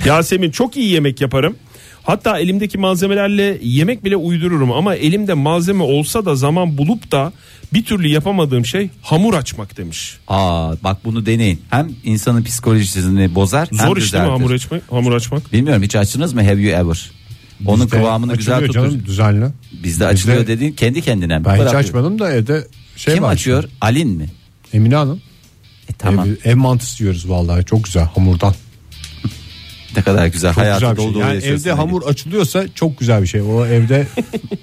Speaker 4: Yasemin çok iyi yemek yaparım. Hatta elimdeki malzemelerle yemek bile uydururum ama elimde malzeme olsa da zaman bulup da bir türlü yapamadığım şey hamur açmak demiş.
Speaker 3: Aa bak bunu deneyin. Hem insanın psikolojisini bozar hem
Speaker 4: Zor iş değil mi
Speaker 3: düzeltir.
Speaker 4: hamur açmak? Hamur açmak.
Speaker 3: Bilmiyorum hiç açtınız mı Have You Ever? Onun
Speaker 2: İşte
Speaker 3: kıvamını güzel
Speaker 2: açılıyor
Speaker 3: tutur.
Speaker 2: canım düzenli.
Speaker 3: Bizde açılıyor
Speaker 2: Bizde-
Speaker 3: dediğin kendi kendine.
Speaker 2: Ben hiç
Speaker 3: Bırakıyor.
Speaker 2: açmadım da evde şey
Speaker 3: Kim
Speaker 2: var.
Speaker 3: açıyor? Alin mi?
Speaker 2: Emine Hanım.
Speaker 3: E tamam.
Speaker 2: Ev, ev mantısı yiyoruz vallahi çok güzel hamurdan.
Speaker 3: Ne kadar güzel.
Speaker 2: Çok
Speaker 3: Hayatı
Speaker 2: güzel bir
Speaker 3: dolu
Speaker 2: şey.
Speaker 3: dolu
Speaker 2: Yani
Speaker 3: yaşıyorsun
Speaker 2: evde
Speaker 3: Ali.
Speaker 2: hamur açılıyorsa çok güzel bir şey. O evde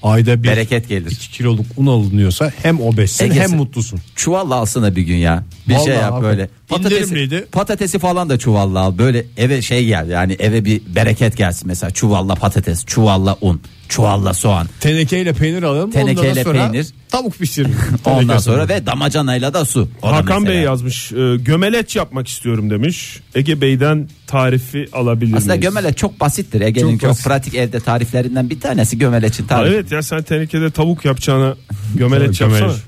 Speaker 2: ayda bir
Speaker 3: Hani Bereket gelir.
Speaker 2: 2 kiloluk un alınıyorsa hem obezsin
Speaker 3: Ege'si.
Speaker 2: hem mutlusun.
Speaker 3: Çuvalla alsana bir gün ya. Bir
Speaker 2: Vallahi
Speaker 3: şey yap
Speaker 2: abi.
Speaker 3: böyle. Patatesi,
Speaker 2: İndirimliydi.
Speaker 3: patatesi falan da çuvalla al. Böyle eve şey gel yani eve bir bereket gelsin. Mesela çuvalla patates, çuvalla un, çuvalla soğan.
Speaker 2: Tenekeyle peynir alalım.
Speaker 3: Tenekeyle
Speaker 2: ondan sonra
Speaker 3: peynir.
Speaker 2: Tavuk pişiririm.
Speaker 3: Ondan
Speaker 2: Teneke
Speaker 3: sonra ve damacanayla da su. O da
Speaker 4: Hakan
Speaker 3: mesela.
Speaker 4: Bey yazmış. e, Gömeleç yapmak istiyorum demiş. Ege Bey'den tarifi alabilir
Speaker 3: Aslında
Speaker 4: miyiz?
Speaker 3: gömele çok basittir. Ege'nin
Speaker 4: Çok
Speaker 3: çok
Speaker 4: basit.
Speaker 3: pratik evde tariflerinden bir tanesi gömeleçin
Speaker 4: Ha,
Speaker 3: tarifi.
Speaker 4: Evet ya sen tenekede tavuk yapacağına gömeleç yapsana.
Speaker 2: Gömeleç.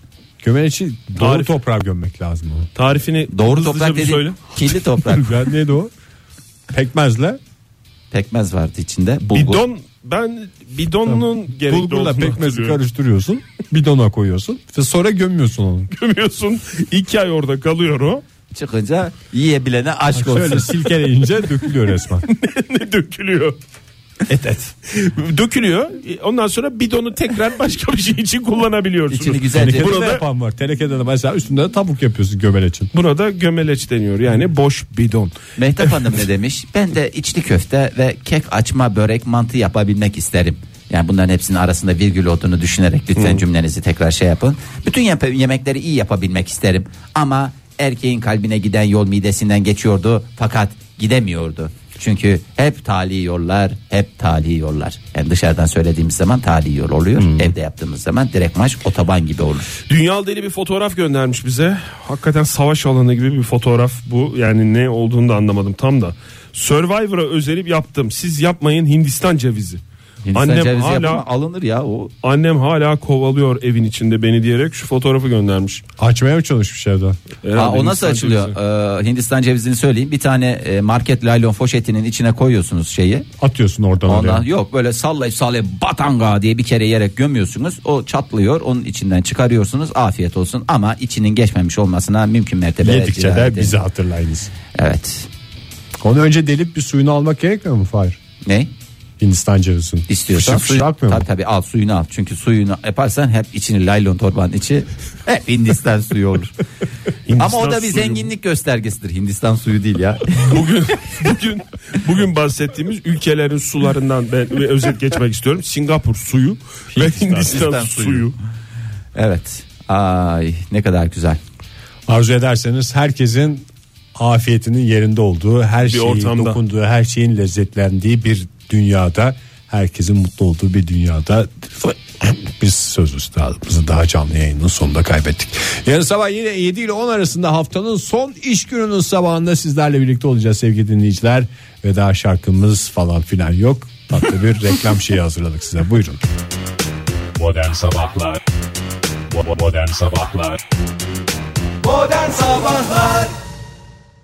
Speaker 2: Gömeleçi doğru
Speaker 4: Tarif.
Speaker 2: toprağa gömmek lazım onu.
Speaker 4: Tarifini
Speaker 3: Doğru
Speaker 4: hızlıca
Speaker 3: toprak
Speaker 4: bir söyle.
Speaker 3: dediğin kirli toprak.
Speaker 2: Ben neydi o? Pekmezle.
Speaker 3: Pekmez vardı içinde. Bulgur.
Speaker 4: Bidon ben bidonun gerekli
Speaker 2: Bulgurla
Speaker 4: olduğunu
Speaker 2: pekmezi
Speaker 4: hatırlıyorum.
Speaker 2: karıştırıyorsun. Bidona koyuyorsun. Ve sonra gömüyorsun onu.
Speaker 4: gömüyorsun. İki ay orada kalıyor o.
Speaker 3: Çıkınca yiyebilene aşk olsun.
Speaker 2: Şöyle silkeleyince dökülüyor resmen.
Speaker 4: Ne dökülüyor? Et et. Dökülüyor. Ondan sonra bidonu tekrar başka bir şey için kullanabiliyorsunuz.
Speaker 3: İçini güzelce-
Speaker 2: Tenekede de
Speaker 4: Burada,
Speaker 2: yapan var. Tenekede de mesela üstünde de tavuk yapıyorsun gömeleçin.
Speaker 4: burada gömeleç deniyor. Yani boş bidon.
Speaker 3: Mehtap Hanım ne demiş? Ben de içli köfte ve kek açma börek mantı yapabilmek isterim. Yani bunların hepsinin arasında virgül olduğunu düşünerek lütfen cümlenizi tekrar şey yapın. Bütün yap- yemekleri iyi yapabilmek isterim. Ama erkeğin kalbine giden yol midesinden geçiyordu fakat gidemiyordu. Çünkü hep tali yollar, hep tali yollar. Yani dışarıdan söylediğimiz zaman tali yol oluyor. Evde yaptığımız zaman direkt maç otoban gibi olur.
Speaker 4: Dünya deli bir fotoğraf göndermiş bize. Hakikaten savaş alanı gibi bir fotoğraf bu. Yani ne olduğunu da anlamadım tam da. Survivor'a özelip yaptım. Siz yapmayın Hindistan cevizi.
Speaker 3: Hindistan
Speaker 4: Annem
Speaker 3: cevizi
Speaker 4: hala
Speaker 3: yapımı alınır ya o.
Speaker 4: annem hala kovalıyor evin içinde beni diyerek şu fotoğrafı göndermiş.
Speaker 2: Açmaya mı çalışmış evden?
Speaker 3: Ha,
Speaker 4: Herhalde
Speaker 3: o nasıl
Speaker 4: Hindistan
Speaker 3: açılıyor?
Speaker 4: cevizi.
Speaker 3: Ee, Hindistan cevizini söyleyeyim. Bir tane e, market laylon poşetinin içine koyuyorsunuz şeyi.
Speaker 2: Atıyorsun oradan
Speaker 3: Ondan
Speaker 2: oraya.
Speaker 3: yok böyle sallayıp sallayıp batanga diye bir kere yerek gömüyorsunuz. O çatlıyor. Onun içinden çıkarıyorsunuz. Afiyet olsun ama içinin geçmemiş olmasına mümkün mertebe
Speaker 2: Yedikçe
Speaker 3: riayet
Speaker 2: de
Speaker 3: edin.
Speaker 2: bizi hatırlayınız.
Speaker 3: Evet.
Speaker 2: Onu önce delip bir suyunu almak gerekmiyor mu Fahir?
Speaker 3: Ne?
Speaker 2: Hindistan cevizini.
Speaker 3: İstiyorsan
Speaker 2: Fışık fışık akmıyor mu?
Speaker 3: tabii tabii al suyunu al. Çünkü suyunu yaparsan hep içini laylon torbanın içi hep Hindistan suyu olur. ama o da bir
Speaker 4: Hindistan suyu.
Speaker 3: zenginlik göstergesidir. Hindistan suyu değil ya.
Speaker 4: Bugün bugün bugün bahsettiğimiz ülkelerin sularından ben bir özet geçmek istiyorum. Singapur suyu ve Hindistan,
Speaker 3: Hindistan suyu.
Speaker 4: suyu.
Speaker 3: Evet. Ay ne kadar güzel.
Speaker 2: Arzu ederseniz herkesin afiyetinin yerinde olduğu, her şeyi
Speaker 4: ortamda.
Speaker 2: dokunduğu, her şeyin lezzetlendiği bir dünyada, herkesin mutlu olduğu bir dünyada biz söz üstadımızı daha canlı yayının sonunda kaybettik. Yarın sabah yine 7 ile 10 arasında haftanın son iş gününün sabahında sizlerle birlikte olacağız sevgili dinleyiciler. Ve daha şarkımız falan filan yok. Tatlı bir reklam şeyi hazırladık size. Buyurun.
Speaker 12: Modern Sabahlar Bo- Modern Sabahlar
Speaker 1: Oh, Modern Sabahlar